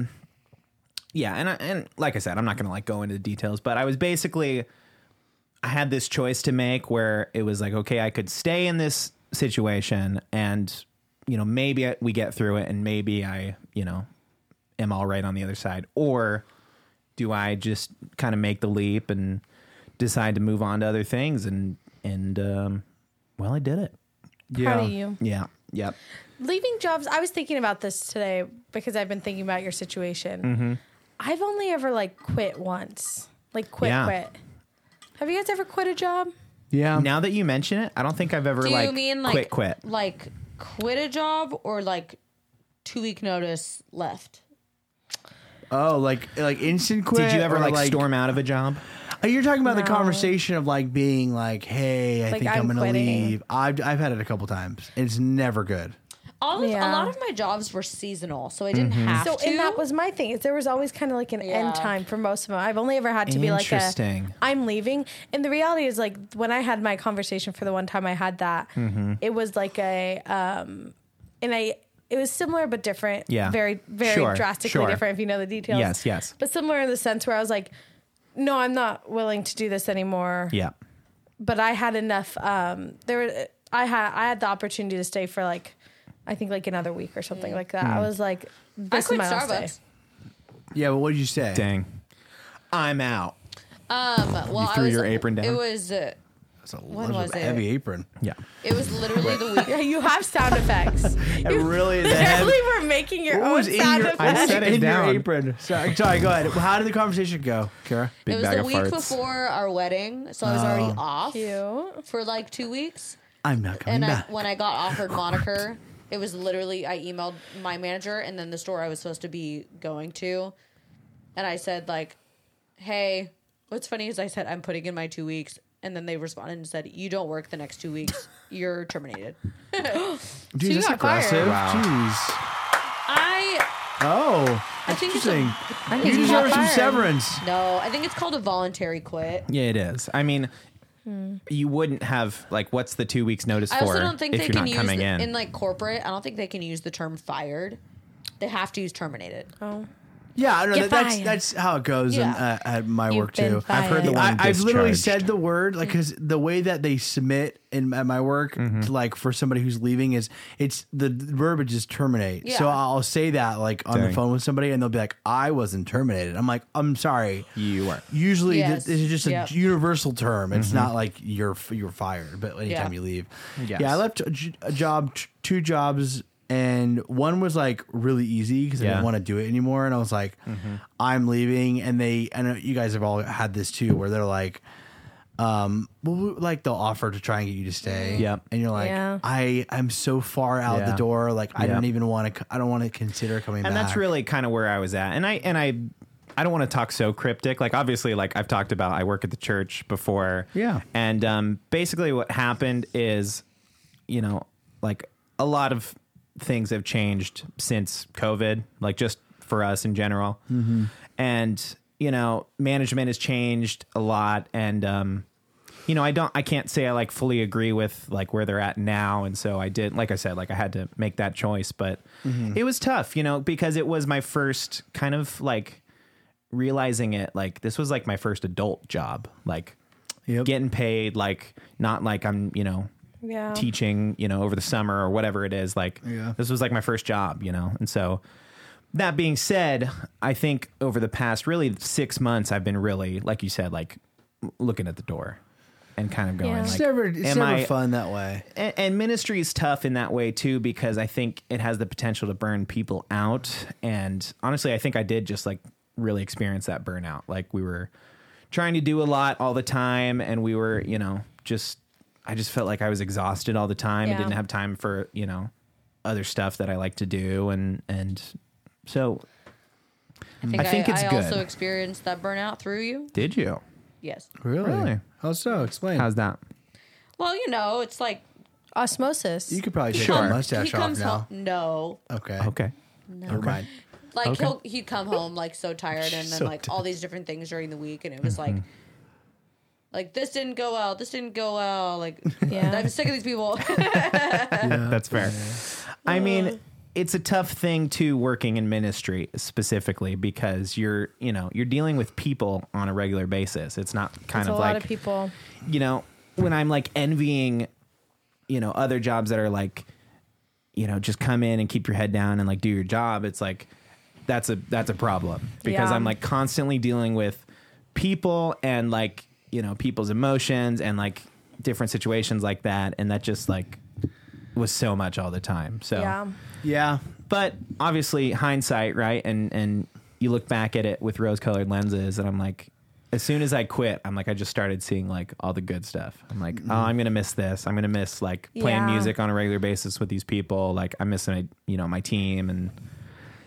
D: yeah and I, and like i said i'm not gonna like go into the details but i was basically i had this choice to make where it was like okay i could stay in this situation and you know maybe I- we get through it and maybe i you know am all right on the other side or do i just kind of make the leap and decide to move on to other things and and um well i did it
C: Proud of you.
D: yeah yep
C: Leaving jobs. I was thinking about this today because I've been thinking about your situation.
A: Mm-hmm.
C: I've only ever like quit once. Like quit,
D: Yeah.
C: quit. Have you guys ever quit a job?
A: yeah.
D: now that you mention it i don't think i've ever
E: Do
D: like
E: you mean like
D: quit quit
E: like quit a job or like two week notice left?
A: Oh, like like instant quit.
D: did you ever
A: or,
D: like, storm out of a job
A: Oh, You're talking about the
C: No.
A: conversation of like being like, "Hey, I
C: Like,
A: think I'm,
C: I'm
A: gonna
C: quitting.
A: leave." I've I've had it a couple times. It's never good.
E: All of,
C: Yeah.
E: a lot of my jobs were seasonal, so I didn't
D: Mm-hmm.
E: have
C: So,
E: to.
C: and that was my thing. Is there was always kind of like an
E: Yeah.
C: end time for most of them. I've only ever had to be like, a,
D: Interesting.
C: "I'm leaving." And the reality is, like, when I had my conversation for the one time I had that,
D: Mm-hmm.
C: it was like a, um, and I, it was similar but different.
D: Yeah.
C: very, very
D: Sure,
C: drastically
D: sure.
C: different if you know the details.
D: Yes, yes.
C: But similar in the sense where I was like, "No, I'm not willing to do this anymore."
D: yeah
C: but I had enough. Um, there, were- I had I had the opportunity to stay for like, I think like another week or something like that.
D: Mm.
C: I was like,
E: Mm. I
C: this
E: quit
C: is my last day.
E: Starbucks.
A: Yeah, but what did you say?
D: Dang. I'm out.
E: Um, well,
D: threw
E: I was,
D: your apron down?
E: It was uh,
A: That's a
E: When
A: little
E: was it?
A: heavy apron.
D: Yeah.
E: it was literally the week.
C: Yeah, you have sound effects. you
D: really did.
C: literally were making your
A: What
C: own
A: was in
C: sound
A: your,
D: I
A: what
C: effects.
A: was
D: said it
A: in
D: down.
A: your apron? Sorry, sorry, go ahead. How did the conversation go, Kara?
E: It was the week before our wedding, so I was already
A: Oh.
E: off
C: Cute.
E: for like two weeks.
A: I'm not coming
E: And I,
A: back.
E: when I got offered moniker, it was literally I emailed my manager and then the store I was supposed to be going to, and I said like, "Hey, what's funny is I said I'm putting in my two weeks." And then they responded and said, "You don't work the next two weeks. You're terminated."
A: Dude,
C: you
A: that's
C: got fired.
A: aggressive.
E: I
A: Jeez. Oh,
E: I think it's
A: interesting.
E: a,
A: You
C: you got
A: deserve some
C: fired.
A: severance.
E: no. I think it's called a voluntary quit.
D: Yeah, it is. I mean, you wouldn't have like what's the two weeks notice
E: Hmm. I
D: for?
E: also don't think
D: if
E: they
D: you're
E: can
D: not
E: use
D: coming
E: the-
D: in.
E: in like corporate. I don't think they can use the term fired. They have to use terminated.
A: Yeah, I don't know. that-
C: Get
A: that's
C: fired.
A: that's how it goes in,
E: Yeah.
A: uh, at my
C: You've
A: work
C: been
A: too.
C: I've heard the
A: I,
D: one
A: I've literally
D: discharged.
A: said the word like
E: Mm-hmm.
A: because the way that they submit in at my work,
D: Mm-hmm.
A: to, like for somebody who's leaving, is it's the verbiage is terminate. So
E: Yeah.
A: I'll say that like on the
D: Dang.
A: phone with somebody, and they'll be like, "I wasn't terminated." I'm like, "I'm sorry."
D: You are.
A: Usually,
E: Yes.
A: this is just a
E: Yep.
A: universal term.
D: Mm-hmm.
A: It's not like you're f- you're fired, but anytime
E: Yeah.
A: you leave,
D: Yes.
A: yeah. I left a, j- a job, t- two jobs, and one was like really easy because I
D: Yeah. Mm-hmm.
A: didn't want to do it anymore, and I was like, I'm leaving, and they, I know you guys have all had this too, where they're like. Um, well, we- like they'll offer to try and get you to stay.
D: Yep.
A: and you're like,
C: Yeah.
A: I, I'm so far out
D: Yeah.
A: the door. Like, I
D: Yep.
A: don't even want to. I don't want to consider coming
D: and
A: back.
D: that's really kind of where I was at. And I and I I don't want to talk so cryptic. Like obviously, like I've talked about, I work at the church before.
A: Yeah.
D: And um, basically, what happened is, you know, like a lot of things have changed since COVID. Like just for us in general.
A: Mm-hmm.
D: And you know, management has changed a lot, and um, you know, I don't, I can't say I like fully agree with like where they're at now. And so I did, like I said, like I had to make that choice, but
A: Mm-hmm.
D: it was tough, you know, because it was my first kind of like realizing it. Like this was like my first adult job, like
A: Yep.
D: getting paid, like not like I'm, you know,
C: Yeah.
D: teaching, you know, over the summer or whatever it is. Like
A: Yeah.
D: this was like my first job, you know? And so that being said, I think over the past really six months, I've been really, like you said, like looking at the door and kind of going,
C: Yeah.
D: like,
C: It's
A: it's never, it's
D: am
A: never
D: I-
A: fun that way.
D: and, and ministry is tough in that way too because I think it has the potential to burn people out. And honestly, I think I did just like really experience that burnout. Like we were trying to do a lot all the time, and we were, you know, just I just felt like I was exhausted all the time and
E: Yeah.
D: didn't have time for you know other stuff that I like to do, and and so
E: I think,
D: I think it's
E: I
D: good.
E: also experienced that burnout through you.
D: did you?
E: Yes.
A: Really?
D: Really?
A: How so? Explain.
D: How's that?
E: Well, you know, it's like
C: osmosis.
A: You could probably take
E: Come-
A: that mustache off now.
E: home. No,
A: Okay.
D: Okay.
A: Never mind.
E: like he'll he'd come home like so tired, and then
A: So
E: like all these different things during the week, and it was
D: Mm-hmm.
E: like. Like this didn't go well. This didn't go well. Like
C: Yeah.
E: I'm sick of these people.
D: That's fair. I mean, it's a tough thing to working in ministry specifically because you're, you know, you're dealing with people on a regular basis. It's not kind
C: it's a
D: of
C: lot
D: like
C: of people.
D: you know, when I'm like envying, you know, other jobs that are like, you know, just come in and keep your head down and like do your job. It's like that's a that's a problem because
C: Yeah.
D: I'm like constantly dealing with people and like you know people's emotions and like different situations like that, and that just like was so much all the time. So
C: Yeah.
A: Yeah.
D: but obviously hindsight, right? And and you look back at it with rose colored lenses, and I'm like, as soon as I quit, I'm like, I just started seeing like all the good stuff. I'm like, oh, I'm gonna miss this. I'm gonna miss like playing
C: Mm-hmm. Yeah.
D: music on a regular basis with these people. Like I miss my you know my team, and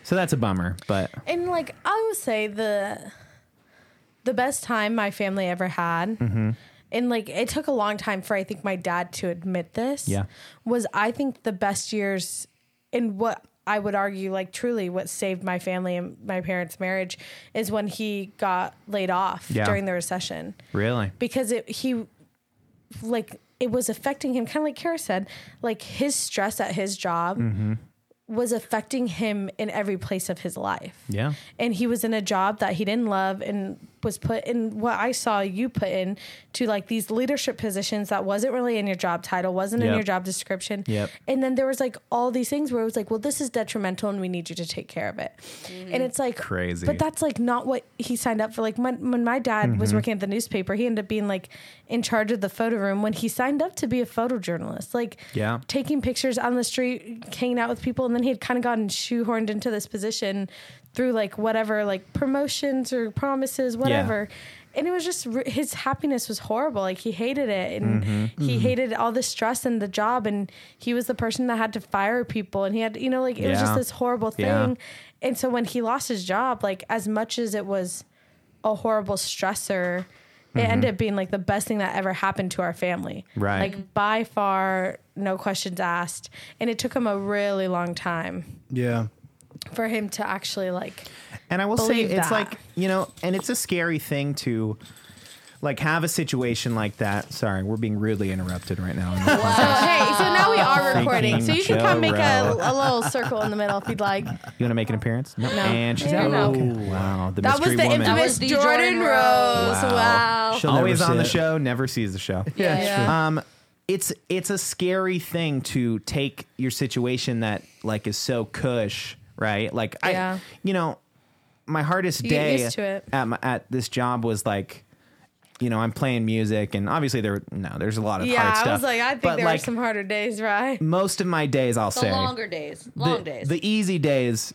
D: so that's a bummer. But
C: And like I would say the the best time my family ever had.
D: Mm-hmm.
C: And like it took a long time for I think my dad to admit this.
D: Yeah.
C: Was I think the best years and what I would argue like truly what saved my family and my parents' marriage is when he got laid off
D: Yeah.
C: during the recession.
D: really,
C: because it he like it was affecting him kind of like Kara said like his stress at his job
D: Mm-hmm.
C: was affecting him in every place of his life
D: yeah,
C: and he was in a job that he didn't love and was put in what I saw you put in to like these leadership positions that wasn't really in your job title, wasn't in
D: Yep.
C: your job description.
D: Yep.
C: And then there was like all these things where it was like, well, this is detrimental and we need you to take care of it. And it's like
D: Crazy.
C: But that's like not what he signed up for. Like when, when my dad
D: Mm-hmm.
C: was working at the newspaper, he ended up being like in charge of the photo room when he signed up to be a photojournalist. Like
D: Yeah.
C: taking pictures on the street, hanging out with people, and then he had kind of gotten shoehorned into this position through like whatever, like promotions or promises, whatever. And it was just r- his happiness was horrible. Like he hated it, and
D: Mm-hmm.
C: he hated all the stress and the job. And he was the person that had to fire people, and he had you know like it was just
D: Yeah.
C: this horrible thing.
D: Yeah.
C: And so when he lost his job, like as much as it was a horrible stressor. It ended up being like the best thing that ever happened to our family.
D: Mm-hmm. Right.
C: Like by far, no questions asked. And it took him a really long time
A: Yeah.
C: for him to actually like
D: and I will say
C: Believe
D: it's
C: that.
D: like you know, and it's a scary thing to. Like have a situation like that. Sorry, we're being rudely interrupted right now.
C: Oh. hey, so now we are
D: recording.
C: recording. So you can
D: Freaking
C: come make a,
D: Joe
C: a little circle in the middle if you'd like.
D: You want to make an appearance? No. And she's
C: No,
D: out.
C: no, no.
D: Oh, wow. The
C: That was
D: mystery
C: the
D: woman.
E: That
C: infamous
E: was the
C: Jordan,
E: Jordan
C: Rose.
E: Rose.
C: Wow.
A: She'll never
D: Always
A: see
D: on the
A: it.
D: show, never sees the show.
A: Yeah.
E: Yeah.
A: Sure.
D: Um, it's it's a scary thing to take your situation that like is so cush, right? Like
C: Yeah.
D: I, you know, my hardest
C: You get
D: day
C: used to it.
D: at my, at this job was like. You know, I'm playing music, and obviously there no, there's a lot of hard
C: Yeah,
D: stuff.
C: I was like, I think
D: but
C: there
D: like
C: were some harder days, right?
D: most of my days, I'll
E: The
D: say
E: longer days, long
D: the,
E: days.
D: the easy days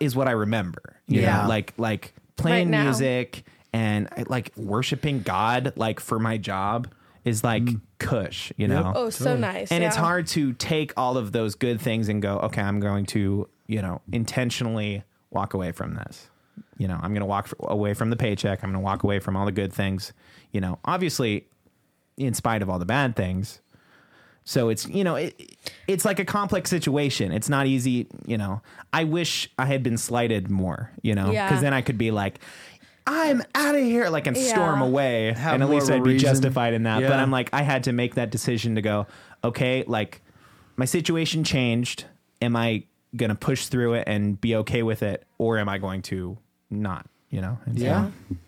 D: is what I remember. You
A: Yeah.
D: know, like like playing
C: now.
D: music and I, like worshiping God like for my job is like cush, you know.
C: Oh, so nice.
D: and it's
C: yeah.
D: hard to take all of those good things and go, okay, I'm going to, you know, intentionally walk away from this. You know, I'm going to walk f- away from the paycheck. I'm going to walk away from all the good things, you know, obviously in spite of all the bad things. So it's, you know, it, it's like a complex situation. It's not easy, you know. I wish I had been slighted more, you know, because
C: Yeah.
D: then I could be like, I'm out of here, like, and storm
C: Yeah.
D: away.
A: Have
D: and at
A: more
D: least
A: of a
D: I'd be
A: reason.
D: justified in that. But
A: Yeah.
D: I'm like, I had to make that decision to go, okay, like, my situation changed. Am I going to push through it and be okay with it? Or am I going to not, you know? And so-
A: Yeah.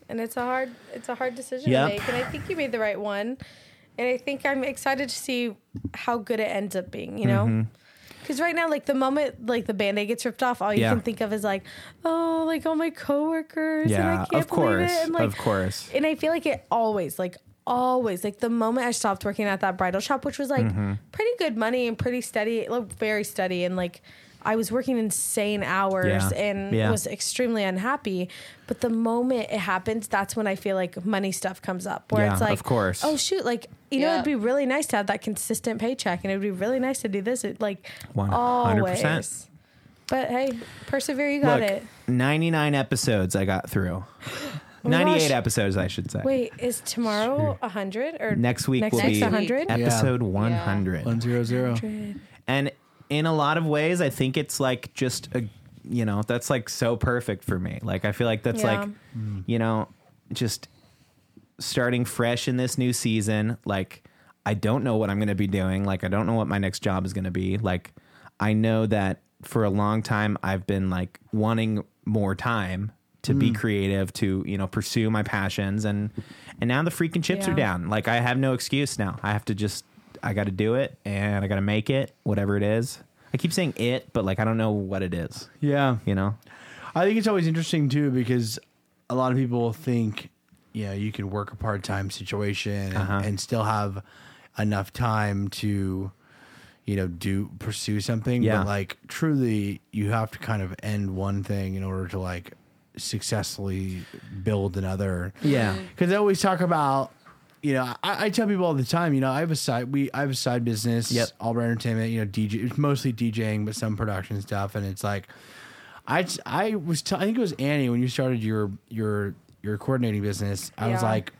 C: and it's a hard it's a hard decision
D: Yep.
C: to make and i think you made the right one and i think i'm excited to see how good it ends up being you know because right now like the moment like the band-aid gets ripped off all you
D: Mm-hmm. Yeah.
C: can think of is like oh like all my coworkers and
D: Yeah,
C: i can't
D: of
C: believe
D: course,
C: it and like
D: of course.
C: and i feel like it always like always like the moment i stopped working at that bridal shop which was like
D: Mm-hmm.
C: pretty good money and pretty steady like very steady and like i was working insane hours
D: Yeah.
C: and
D: Yeah.
C: was extremely unhappy. But the moment it happens, that's when I feel like money stuff comes up where
D: Yeah,
C: it's like,
D: of course.
C: oh shoot, like, you know,
E: Yeah.
C: it'd be really nice to have that consistent paycheck and it'd be really nice to do this. It like
D: 100%.
C: always. But hey, persevere, you got
D: Look,
C: it.
D: 99 episodes I got through.
C: We watched-
D: 98 episodes, I should say.
C: Wait, is tomorrow a hundred or
D: Next week
C: Next
D: will
C: week's
D: be
C: a hundred.
D: episode 100.
A: One zero zero.
D: And in a lot of ways, I think it's like just a, you know, that's like so perfect for me. Like I feel like that's
C: Yeah.
D: like, you know, just starting fresh in this new season. Like I don't know what I'm going to be doing. Like I don't know what my next job is going to be. Like I know that for a long time I've been like wanting more time to be creative to you know pursue my passions and and now the freaking chips
C: Yeah.
D: are down like i have no excuse now i have to just i gotta do it and i gotta make it whatever it is i keep saying it but like i don't know what it is
A: Yeah.
D: you know
A: I think it's always interesting too because a lot of people think, you know, you can work a part time situation and,
D: Uh-huh.
A: and still have enough time to, you know, do pursue something.
D: Yeah.
A: But like truly, you have to kind of end one thing in order to like successfully build another.
D: Yeah. Mhm.
A: Because I always talk about, you know, I, I tell people all the time, you know, I have a side we I have a side business,
D: Yep.
A: Albright Entertainment, you know, DJ it's mostly DJing, but some production stuff, and it's like. I I was t- I think it was Annie when you started your your your coordinating business. I was
C: Yeah.
A: like,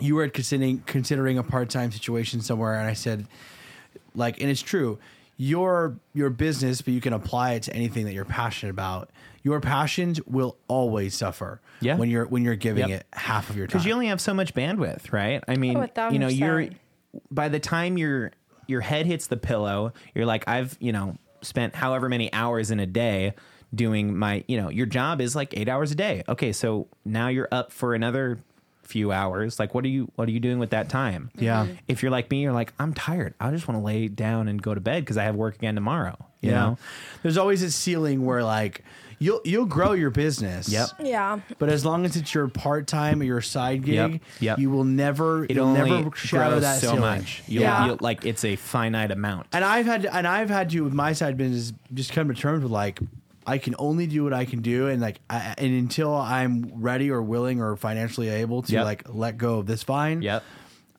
A: you were considering considering a part time situation somewhere, and I said, like, and it's true. Your your business, but you can apply it to anything that you're passionate about. Your passions will always suffer
D: Yeah.
A: when you're when you're giving
D: Yep.
A: it half of your time.
D: because you only have so much bandwidth, right? I mean,
C: Oh, a thousand
D: you know, you're
C: percent.
D: by the time your your head hits the pillow, you're like, I've you know spent however many hours in a day doing my you know your job is like eight hours a day. Okay, so now you're up for another few hours. Like, what are you what are you doing with that time?
A: Yeah.
C: Mm-hmm.
A: Mhm.
D: if you're like me, you're like, I'm tired. I just want to lay down and go to bed because I have work again tomorrow. You
A: yeah.
D: know.
A: There's always a ceiling where like you'll you'll grow your business.
D: Yep.
C: Yeah.
A: But as long as it's your part time or your side gig,
D: Yep, yep.
A: you will never
D: It
A: you'll
D: only
A: never shadow
D: grows
A: that
D: so
A: ceiling.
D: much. You'll,
C: Yeah.
D: you'll, like it's a finite amount.
A: And I've had and I've had to with my side business just come to terms with like I can only do what I can do, and like I, and until I'm ready or willing or financially able to
D: Yep.
A: like let go of this fine.
D: Yep.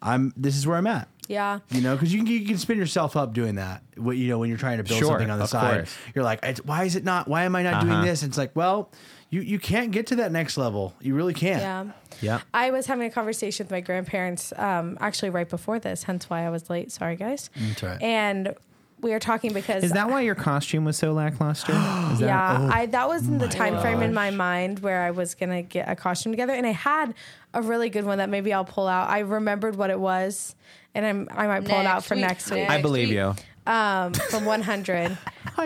A: I'm. This is where I'm at.
C: Yeah.
A: You know, because you can you can spin yourself up doing that. What you know when you're trying to build
D: Sure,
A: something on the
D: of
A: side,
D: course. Uh-huh.
A: you're like, it's, why is it not? Why am I not doing this? And it's like, well, you you can't get to that next level. You really can't.
C: Yeah.
D: Yeah.
C: I was having a conversation with my grandparents um, actually right before this, hence why I was late. Sorry, guys.
A: That's right.
C: And we were talking because
D: Is that oh why your costume was so lackluster? Is that-
C: yeah, I that was in the time frame in my mind where I was gonna get a costume together, and I had a really good one that maybe I'll pull out. I remembered what it was, and I'm I might pull it out
E: Next
C: for
E: week.
C: next week
D: I believe
E: Actually-
D: you.
C: um, from 100.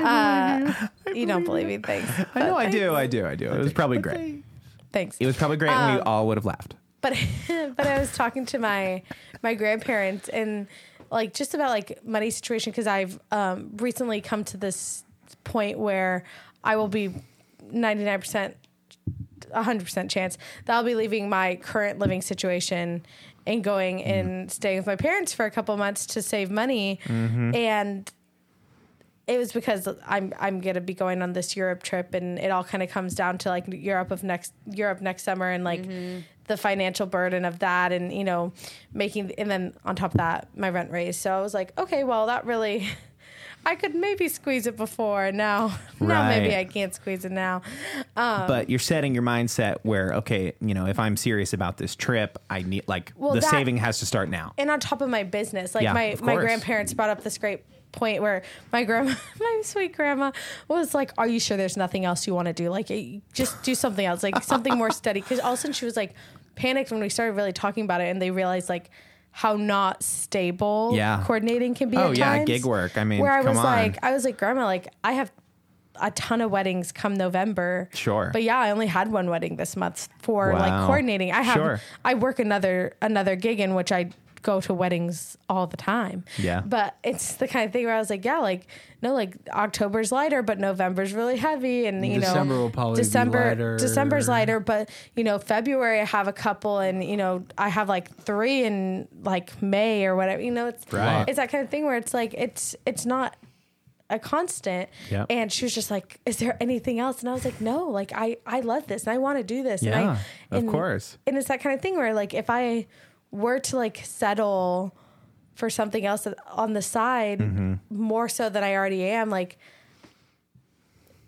C: Uh, you don't believe me? Thanks.
D: I know I do. I do. I do. It was probably great.
C: Thanks.
D: It was probably great, and we
C: Um,
D: all would have laughed.
C: but but I was talking to my my grandparents and like just about like money situation because I've um, recently come to this point where I will be ninety nine percent, hundred percent chance that I'll be leaving my current living situation and going and staying with my parents for a couple months to save money and. It was because I'm I'm gonna be going on this Europe trip, and it all kind of comes down to like Europe of next Europe next summer, and like the financial burden of that and you know making and then on top of that my rent raise so i was like okay well that really i could maybe squeeze it before now now maybe
D: Right.
C: i can't squeeze it now um,
D: but you're setting your mindset where, okay, you know, if I'm serious about this trip, I need like
C: Well,
D: the
C: that-
D: saving has to start now.
C: and on top of my business like
D: Yeah,
C: my
D: of
C: my
D: course.
C: grandparents brought up this great point where my grandma my sweet grandma was like are you sure there's nothing else you want to do like eh, just do something else like something more steady because all of a sudden she was like panicked when we started really talking about it and they realized like how not stable
D: Yeah.
C: coordinating can be
D: Oh,
C: at
D: yeah,
C: times.
D: gig work. I mean,
C: where i
D: come
C: was
D: on.
C: like i was like grandma like i have a ton of weddings come november
D: Sure.
C: but yeah i only had one wedding this month for like
D: Wow.
C: coordinating i have
D: Sure.
C: I work another another gig in which I go to weddings all the time.
D: Yeah.
C: But it's the kind of thing where I was like, yeah, like no, like October's lighter, but November's really heavy, and you
A: December
C: know,
A: will probably be
C: December
A: lighter.
C: December's lighter, but you know, February I have a couple, and you know, I have like three in like May or whatever. You know, it's
D: Right.
C: it's that kind of thing where it's like it's it's not a constant
D: Yeah.
C: and she was just like is there anything else and i was like no like i i love this and i want to do this and
D: Yeah,
C: i
D: of course.
C: and it's that kind of thing where like if i were to like settle for something else that- on the side
D: Mm-hmm.
C: more so than i already am like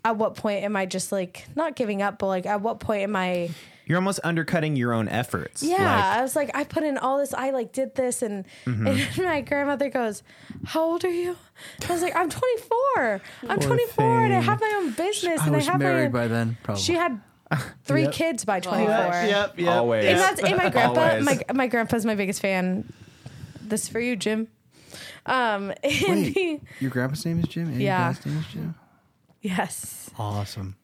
C: at what point am i just like not giving up but like at what point am i
D: you're almost undercutting your own efforts.
C: Yeah,
D: Like, Mm-hmm.
C: I was like, I put in all this. I like did this, and, and my grandmother goes, "How old are you?" I was like, "I'm 24. I'm 24, and I
D: thing.
C: have my own business,
A: I
C: and
A: was
C: I have my
A: married
C: own-
A: by then, probably.
C: She had three kids by 24.
B: Yep, yep.
D: Always.
C: And that's and my grandpa.
D: Always.
C: My my grandpa's my biggest fan. This for you, Jim. Um, and he,
A: Wait, your grandpa's name is Jim. And
C: Yeah.
A: Your grandpa's name is Jim.
C: yes,
A: Awesome.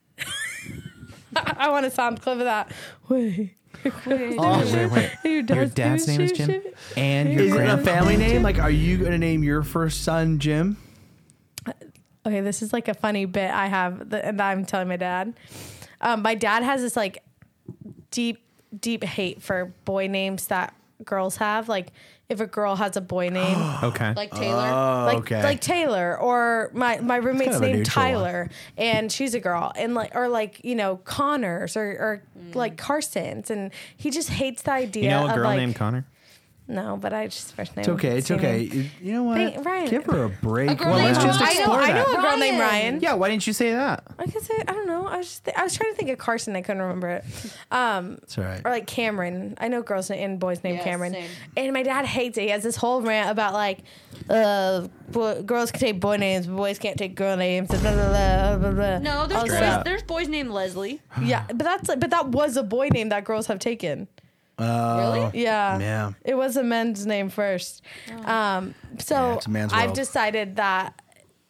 C: I, I want a sound clip of that. Wait,
A: Oh, wait, wait.
C: your
D: your dad's name is Jim, and your
A: Is it a
D: grandpa.
A: family name? Like, are you gonna name your first son Jim?
C: okay, this is like a funny bit I have that, and I'm telling my dad. Um, my dad has this like deep, deep hate for boy names that girls have. Like if a girl has a boy name,
D: Okay.
E: Like
D: Oh.
E: Taylor.
C: like
A: okay.
C: like Taylor or my my roommate's
A: kind of a
C: name
A: neutral one.
C: Tyler, and she's a girl, and like or like you know Connors or or like Carson's, and he just hates the idea.
D: you know a
C: of
D: girl
C: like,
D: named Connor?
C: No, but I just first name.
A: It's okay. It's okay. You- You know what?
C: Thank- Ryan.
A: Give her a break.
E: girl
A: Well,
E: named
A: let's just
E: Ryan.
C: Oh, I know,
A: explore
C: I know
A: that.
C: a girl named Ryan.
D: Yeah. Why didn't you say that?
C: I guess I, I don't know. I was just th- I was trying to think of Carson. I couldn't remember it. Um,
A: It's all right.
C: or like Cameron. I know girls and boys named
E: Yeah,
C: Cameron.
E: same.
C: And my dad hates it. He has this whole rant about like, uh, bo- girls can take boy names, but boys can't take girl names. Blah, blah, blah, blah, blah.
E: No,
C: I
E: there's
C: was
E: boys,
C: like,
E: there's boys named Leslie.
C: yeah, but that's but that was a boy name that girls have taken.
A: Oh,
E: Really?
C: Yeah.
A: Yeah.
C: It was a men's name first. Um, so
A: it's a man's
C: I've
A: world.
C: decided that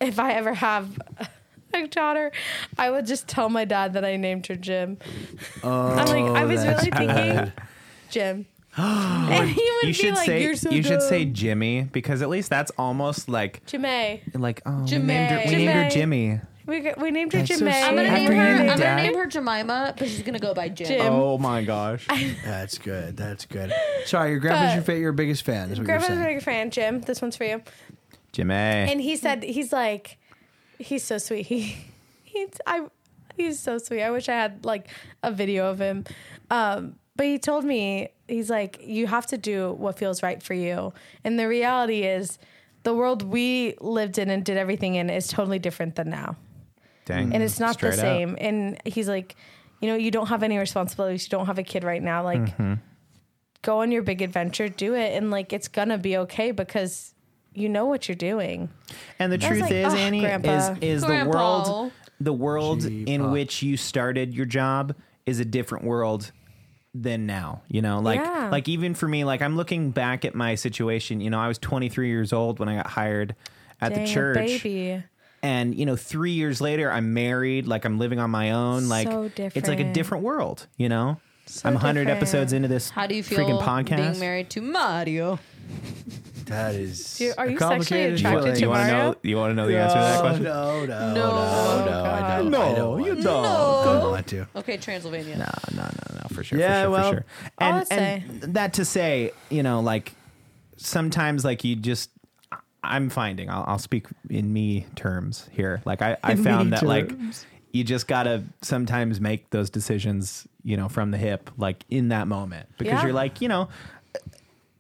C: if I ever have a daughter, I would just tell my dad that I named her Jim. I'm like, I was
A: Oh, that's
C: really thinking Jim. and he would
D: You
C: be
D: should
C: like,
D: say
C: You're so
D: you should say
C: dumb."
D: Jimmy because at least that's almost like
C: Jimmy.
D: like oh we
E: Jimmy.
D: named her, we named her
C: Jimmy.
D: Jimmy.
C: We, g- we named her
A: That's so
C: Jimmy.
A: sweet.
E: I'm gonna
A: After
E: name her.
A: you,
E: I'm gonna
A: Dad. Oh,
E: name her Jemima, but she's gonna go by Jim.
C: Jim.
D: Oh my gosh.
A: That's good. That's good. Sorry, your grandpa's
C: But-
A: your, fa- your biggest fan. Is what you're
C: Grandma's a
A: saying.
C: big fan. Jim, this one's for you.
D: Jimmy.
C: And he said, he's like, he's so sweet. He, he's, I, he's so sweet. I wish I had like a video of him. Um, but he told me, he's like, you have to do what feels right for you. And the reality is, the world we lived in and did everything in is totally different than now.
D: Dang.
C: And it's not
D: Mm, Straight
C: the
D: up.
C: same. And he's like, you know, you don't have any responsibilities. You don't have a kid right now. Like,
D: Mm-hmm.
C: go on your big adventure, do it. And like, it's going to be okay because you know what you're doing.
D: And the
C: was
D: truth
C: like,
D: is,
C: "Ugh,
D: Annie,
C: Grandpa."
D: is is the
E: Grandpa.
D: world the world
A: Jeepa.
D: in which you started your job is a different world than now. You know, like
C: Yeah.
D: like even for me, like I'm looking back at my situation. You know, I was 23 years old when I got hired at
C: Dang,
D: the
C: a
D: church,
C: baby.
D: and you know, three years later, I'm married. Like I'm living on my own. Like
C: So
D: it's like a
C: different.
D: different world. You know, I'm 100
C: different.
D: episodes into this.
E: How do you feel
D: freaking podcast?
E: being married to Mario?
A: That is.
C: Do- are
A: a
C: you sexually
A: complicated
C: attracted
A: feeling.
C: to
D: you wanna know?
C: Mario?
D: You want to know the answer to that question?
A: No, no, no, no,
E: No.
A: no. I don't. I don't want to.
E: No.
A: Don't want to.
E: Okay, Transylvania.
D: No, no, no, no, for sure.
A: Yeah,
D: for sure,
A: well,
D: for sure.
C: I'll
D: And, and that to say, you know, like sometimes, like you just, I'm finding, I'll, I'll speak in me terms here. Like I, I found that, like, you just gotta sometimes make those decisions, you know, from the hip, like in that moment, because
C: Yeah.
D: you're like, you know,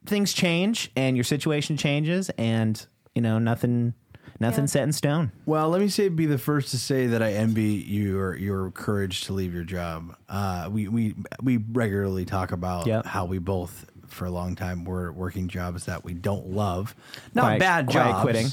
D: things change and your situation changes, and you know, nothing, nothing set in stone.
A: Well, let me say, be the first to say that I envy your your courage to leave your job. Uh, we we we regularly talk about
D: Yep.
A: how we both, for a long time, were working jobs that we don't love. Not
D: Quiet-
A: bad
D: quiet
A: jobs,
D: quitting.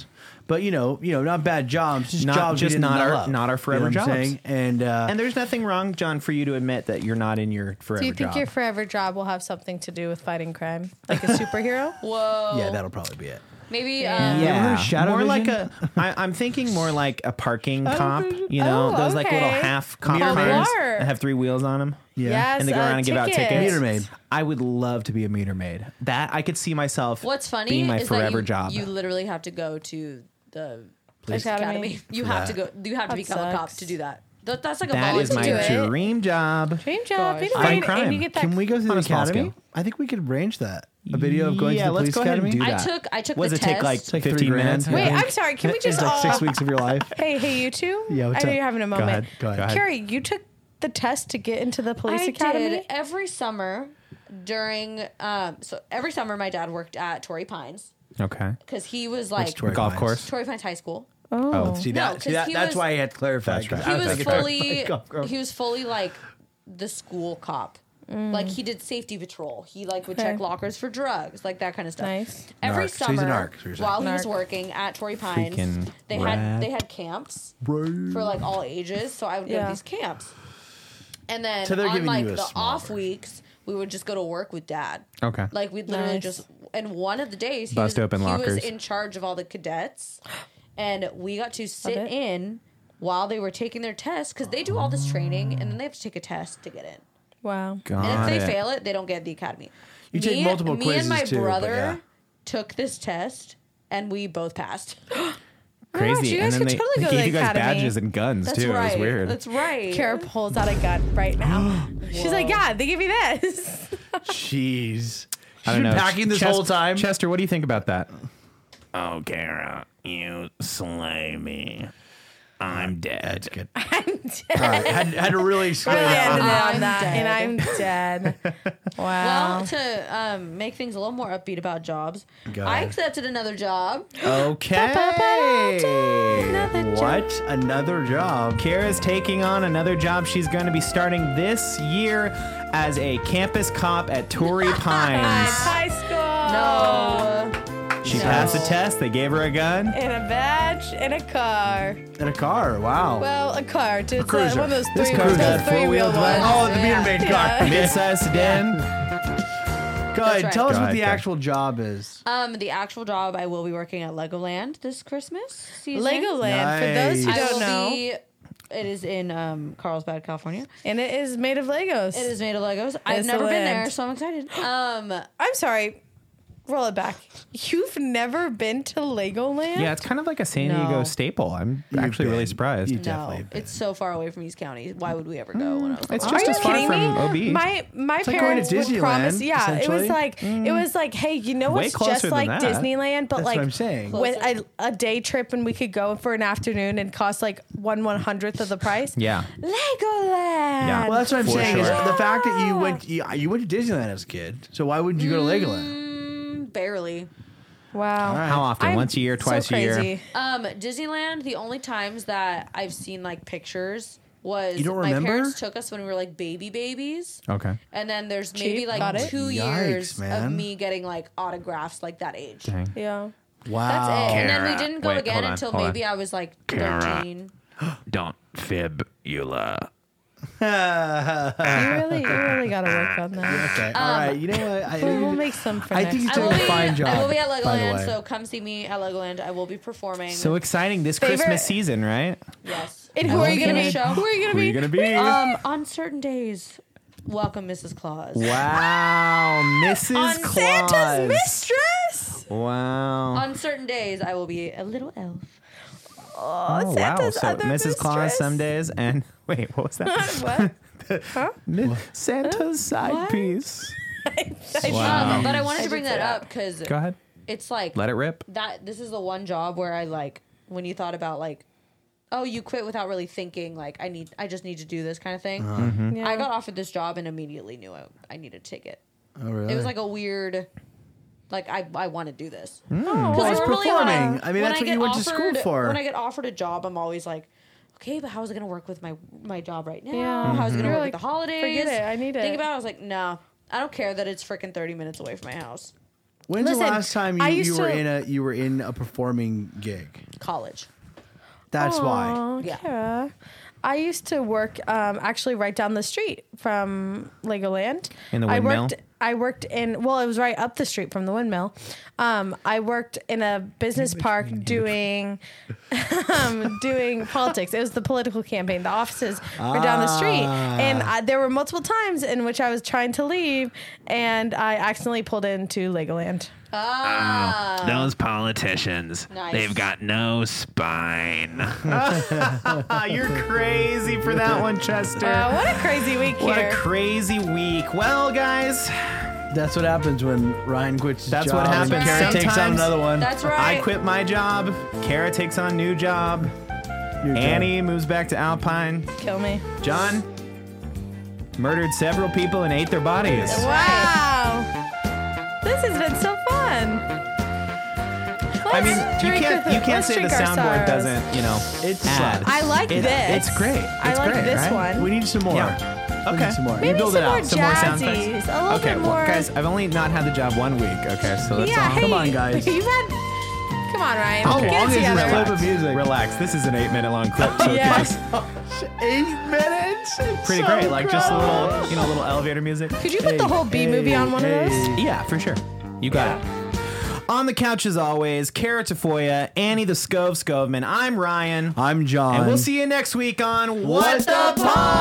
A: but you know, you know, not bad jobs, just
D: Not-
A: jobs we
D: just
A: didn't
D: not our-
A: love.
D: not our forever
A: you know what I'm
D: jobs.
A: saying? And uh,
D: And there's nothing wrong, John, for you to admit that you're not in your forever
C: Do you think
D: job.
C: your forever job will have something to do with fighting crime? Like a superhero?
E: Whoa.
A: yeah, that'll probably be it.
E: Maybe.
C: Yeah.
E: Um,
A: You ever heard of shadow
D: more like
A: vision?
D: a. I, I'm thinking more like a parking cop. You know,
C: Oh,
D: those like little
C: okay.
D: half cop
A: Mirror maid.
D: cars
C: Blar.
D: that have three wheels on them.
C: Yes,
D: and they go
C: uh,
D: around and give out
C: tickets.
D: tickets.
A: Meter maid.
D: I would love to be a meter maid. That I could see myself.
E: What's funny
D: being my
E: is that
D: forever
E: you,
D: job.
E: you literally have to go to the police
C: Academy.
E: academy. You have to go. You have
C: That
E: to become a cop
C: sucks.
E: to do that. That- that's like a
D: that is my
E: volunteer.
C: do it.
D: dream job.
C: Dream job.
E: Gosh.
C: you know,
D: Fighting
C: and-
D: crime.
C: And you get that
A: Can we go through
D: On
A: the
D: a small
A: academy?
D: scale.
A: I think we could arrange that. A video of going
D: Yeah,
A: to the
D: let's
A: police
D: go ahead and
A: academy.
D: do
E: I
D: that.
E: took. I took
D: What
E: the
D: does it
E: test.
D: take like
A: like three
D: 15
A: grand.
D: minutes?
A: Wait,
D: I
C: Wait,
D: think?
C: I'm sorry. Can we
A: It's
C: just
A: like
C: all
A: six weeks of your life.
C: Hey, hey, you two.
A: Yeah, what's
C: I know
A: up?
C: you're having a
A: Go
C: moment.
A: ahead, go ahead.
C: Carrie, you took the test to get into the police
E: I
C: academy.
E: did every summer during. Um, so every summer, my dad worked at Torrey Pines
D: okay.
E: because he was like
A: Torrey
D: golf
A: Pines?
D: course.
E: Torrey Pines High School.
A: Oh, see
E: No,
A: that? see
E: 'cause
A: that
E: he
A: that's
E: was-
A: why I had clarified.
D: That's right.
A: because
E: he
A: I
E: was
A: thinking-
E: fully
A: Golf course.
E: he was fully like the school cop Like he did safety patrol. He like would
C: Mm. Okay.
E: check lockers for drugs, like that kind of stuff.
C: Nice.
E: Every
A: Narc. So
E: summer,
A: he's a narc, is what you're saying.
E: while he was
C: Narc.
E: working at Torrey Pines,
D: Freaking
E: they
D: rat.
E: had they had camps for like all ages. So I would go
C: Yeah.
E: to these camps, and then
A: So they're
E: on
A: giving
E: like
A: you a
E: the
A: small
E: off
A: version.
E: weeks, we would just go to work with dad.
D: Okay.
E: like we'd literally
C: Nice.
E: just and one of the days he
D: Bust
E: was,
D: open
E: he
D: lockers.
E: was in charge of all the cadets, and we got to sit
C: it.
E: in while they were taking their test because they do all this training and then they have to take a test to get in.
C: Wow.
D: Got
E: And if they
D: it.
E: fail it, they don't get the academy.
A: You take multiple
E: me
A: quizzes
E: and my
A: too, but
E: brother
A: yeah.
E: took this test and we both passed.
C: Oh gosh,
D: crazy.
C: you
D: and
C: guys
D: then
C: could
D: they,
C: totally
D: they
C: go to
D: gave
C: the
D: you guys
C: academy.
D: badges and guns
E: That's
D: too.
E: right.
D: It was weird.
E: That's right.
C: Kara pulls out a gun right now. She's like, yeah, they give me this.
A: Jeez.
D: I
A: She's been packing this
D: Chest-
A: whole time.
D: Chester, what do you think about that?
I: Oh, Kara, you slay me. I'm dead.
A: Good.
C: I'm
A: All
C: dead.
A: right. had, had to really explain
C: Really
A: that.
C: ended it
E: I'm
C: on that,
E: dead.
C: and I'm dead. Wow.
E: Well, to um, make things a little more upbeat about jobs,
A: Go
E: I
A: ahead.
E: accepted another job.
D: Okay.
A: What? Another job.
D: Kara's taking on another job she's going to be starting this year as a campus cop at Torrey Pines.
C: high school.
E: No.
D: She passed a test. They gave her a gun.
C: In a badge, in a car.
A: In a car. Wow.
C: Well, a car. It's a, one
A: cruiser.
C: of those
A: This
C: three,
A: car's
C: those
A: got
C: three-wheel
A: four-wheel drive.
C: ones.
A: Oh, the
C: yeah.
A: beer made
C: Yeah.
A: car.
D: Midsize sedan.
A: Go ahead.
E: right.
A: Tell us
D: Go
A: what
D: ahead,
A: the
D: Kara.
A: actual job is.
E: Um, the actual job I will be working at Legoland this Christmas season.
C: Legoland. For those who
A: Nice.
E: I
C: don't
E: will
C: know,
E: be. It is in um, Carlsbad, California.
C: and it is made of Legos.
E: It is made of Legos. I've
C: It's a
E: never been
C: land.
E: there, so I'm excited. Um,
C: I'm sorry. Roll it back. You've never been to Legoland?
D: Yeah, it's kind of like a San Diego
E: No.
D: staple. I'm actually really
A: been.
D: surprised.
A: You definitely.
E: no, it's so far away from East County. Why would we ever go? When I was
D: It's
E: little?
D: just
C: Are
D: as
C: you
D: far
C: kidding
D: from
C: me?
D: OB.
C: My my
A: like going
C: parents
A: to
C: would promise.
A: Disneyland,
C: Yeah, it was
A: essentially. Mm.
C: like it was like, hey, you know
D: Way
C: what's
D: closer
C: just
D: than
C: like
D: that.
C: Disneyland, but
A: That's
C: like
A: what I'm saying.
C: with a, a day trip and we could go for an afternoon and cost like one one hundredth of the price.
D: Yeah.
C: Legoland.
D: Yeah.
A: Well, that's what I'm
D: For
A: saying.
D: sure.
A: Is the fact that you went you, you went to Disneyland as a kid, so why wouldn't you go to Legoland?
E: Mm, barely.
C: Wow.
D: How often?
C: I'm
D: Once a year,
C: so
D: twice a year.
C: crazy.
E: Um, Disneyland. The only times that I've seen like pictures was
A: You don't
E: my
A: remember? Oh.
E: parents took us when we were like baby babies.
D: Okay.
E: And then there's maybe
C: Cheap, got
E: like
C: it.
E: two
A: Yikes,
E: years of
A: man.
E: me getting like autographs like that age.
C: Yeah.
A: Wow.
E: That's
A: Oh.
E: it. And then we didn't go
D: Wait, hold
E: again
D: on,
E: until
D: hold on.
E: maybe I was like
I: Kara.
E: 13.
I: Don't fib, Eula.
D: Ah.
C: You really you really gotta work on that.
A: Okay. All right. You know what? I,
C: We'll we'll make some for
A: I
C: next
A: think it's
E: I
A: doing
E: will,
A: a
E: be,
A: fine job.
E: I will be at
A: by the
E: Legoland,
A: way.
E: so come see me at Legoland. I will be performing.
D: So exciting this
C: Favorite-
D: Christmas season, right?
E: yes.
C: And who are you gonna
E: Legoland
C: be?
E: show.
C: Who are you gonna
D: Who are
C: be?
D: you gonna be?
E: Um, on certain days, welcome Mrs. Claus.
D: Wow, Mrs.
C: on
D: Claus.
C: Santa's mistress.
D: Wow.
E: On certain days, I will be a little elf.
C: Oh, Santa's
D: So
C: other
D: Mrs. Claus Hmm.
C: mistress.
D: some days and wait, what was that?
C: What?
D: Mi- Santa's side piece.
E: Um, but I wanted to bring that up because
D: Go ahead.
E: it's like
D: Let it rip.
E: that. This is the one job where I like when you thought about like, oh, you quit without really thinking. Like I need, I just need to do this kind of thing.
D: Uh-huh. Mm-hmm.
E: I got offered this job and immediately knew I, I needed to take it.
A: oh, really?
E: It was like a weird, like I, I want to do this.
A: well, it's
E: normally when
A: performing. I mean,
E: when
A: that's what
E: get
A: you went to school
E: offered-
A: for.
E: When I get offered a job, I'm always like, okay, but how is it going to work with my my job right now?
C: Yeah.
A: Mm-hmm.
E: How's it going to
C: You're
E: work
C: like,
E: with the holidays?
C: forget it, I need it.
E: Think about. it. I was like, no, I don't care that it's freaking 30 minutes away from my house.
A: When's the
C: Listen,
A: last time
C: I
A: you,
C: used
A: you were
C: to-
A: in a you were in a performing gig?
E: College.
A: That's why.
C: Aw,
E: Yeah.
C: Kara. I used to work um, actually right down the street from Legoland.
D: In the
C: I
D: windmill?
C: worked. I worked in well, it was right up the street from the windmill. Um, I worked in a business park doing um, doing politics. It was the political campaign. The offices were down the street,
D: Ah.
C: and I, there were multiple times in which I was trying to leave, and I accidentally pulled into Legoland.
E: Ah.
I: Those politicians,
E: Nice.
I: they've got no spine.
D: Ah, you're crazy for that one, Chester.
C: Wow, Uh, what a crazy week
D: what
C: Oh, here!
D: a crazy week. Well, guys,
A: That's what happens when Ryan quits. His
D: That's
A: job
D: what
A: and
D: happens.
A: Karen takes on
D: Sometimes-
A: another one.
E: That's right.
D: I quit my job. Kara takes on new job.
A: You're done.
D: Annie moves back to Alpine.
C: Kill me.
D: John murdered several people and ate their bodies.
C: Wow. This has been so fun.
D: I mean,
C: Let's
D: you
C: drink
D: can't
C: with-
D: you can't
C: let's
D: say the
C: drink our
D: soundboard
C: sorrows.
D: doesn't you know
A: It
D: add.
A: sucks.
C: I like
D: It-
C: this.
D: It's great.
C: I
D: It's
C: like
D: great,
C: this
D: right?
C: one.
A: We need some more.
D: Yeah.
A: We need
D: Okay.
A: some more.
C: Maybe
D: build it
C: some
D: out.
C: more
D: Some more sound
C: jazzies.
D: effects?
C: A little
D: Okay,
C: bit
D: well,
C: more.
D: guys, I've only not had the job one week. Okay, so let's
C: yeah,
D: all.
C: hey,
A: Come on, guys.
C: You've had. Come on, Ryan.
D: How long
C: Get it
D: is this
C: together.
D: clip
A: of music?
D: Relax. This is an eight-minute long clip, so
C: Yeah.
D: it's just
A: Eight minutes. It's
D: pretty
A: so
D: great. Like just a
A: incredible.
D: little, you know, a little elevator music.
C: Could you put the whole B
A: hey,
C: movie on one
A: hey.
C: of those?
D: Yeah, for sure. You got it. On the couch as always, Kara Tafoya, Annie the Scove Scoveman. I'm Ryan,
A: I'm John.
D: and we'll see you next week on What, the Pod.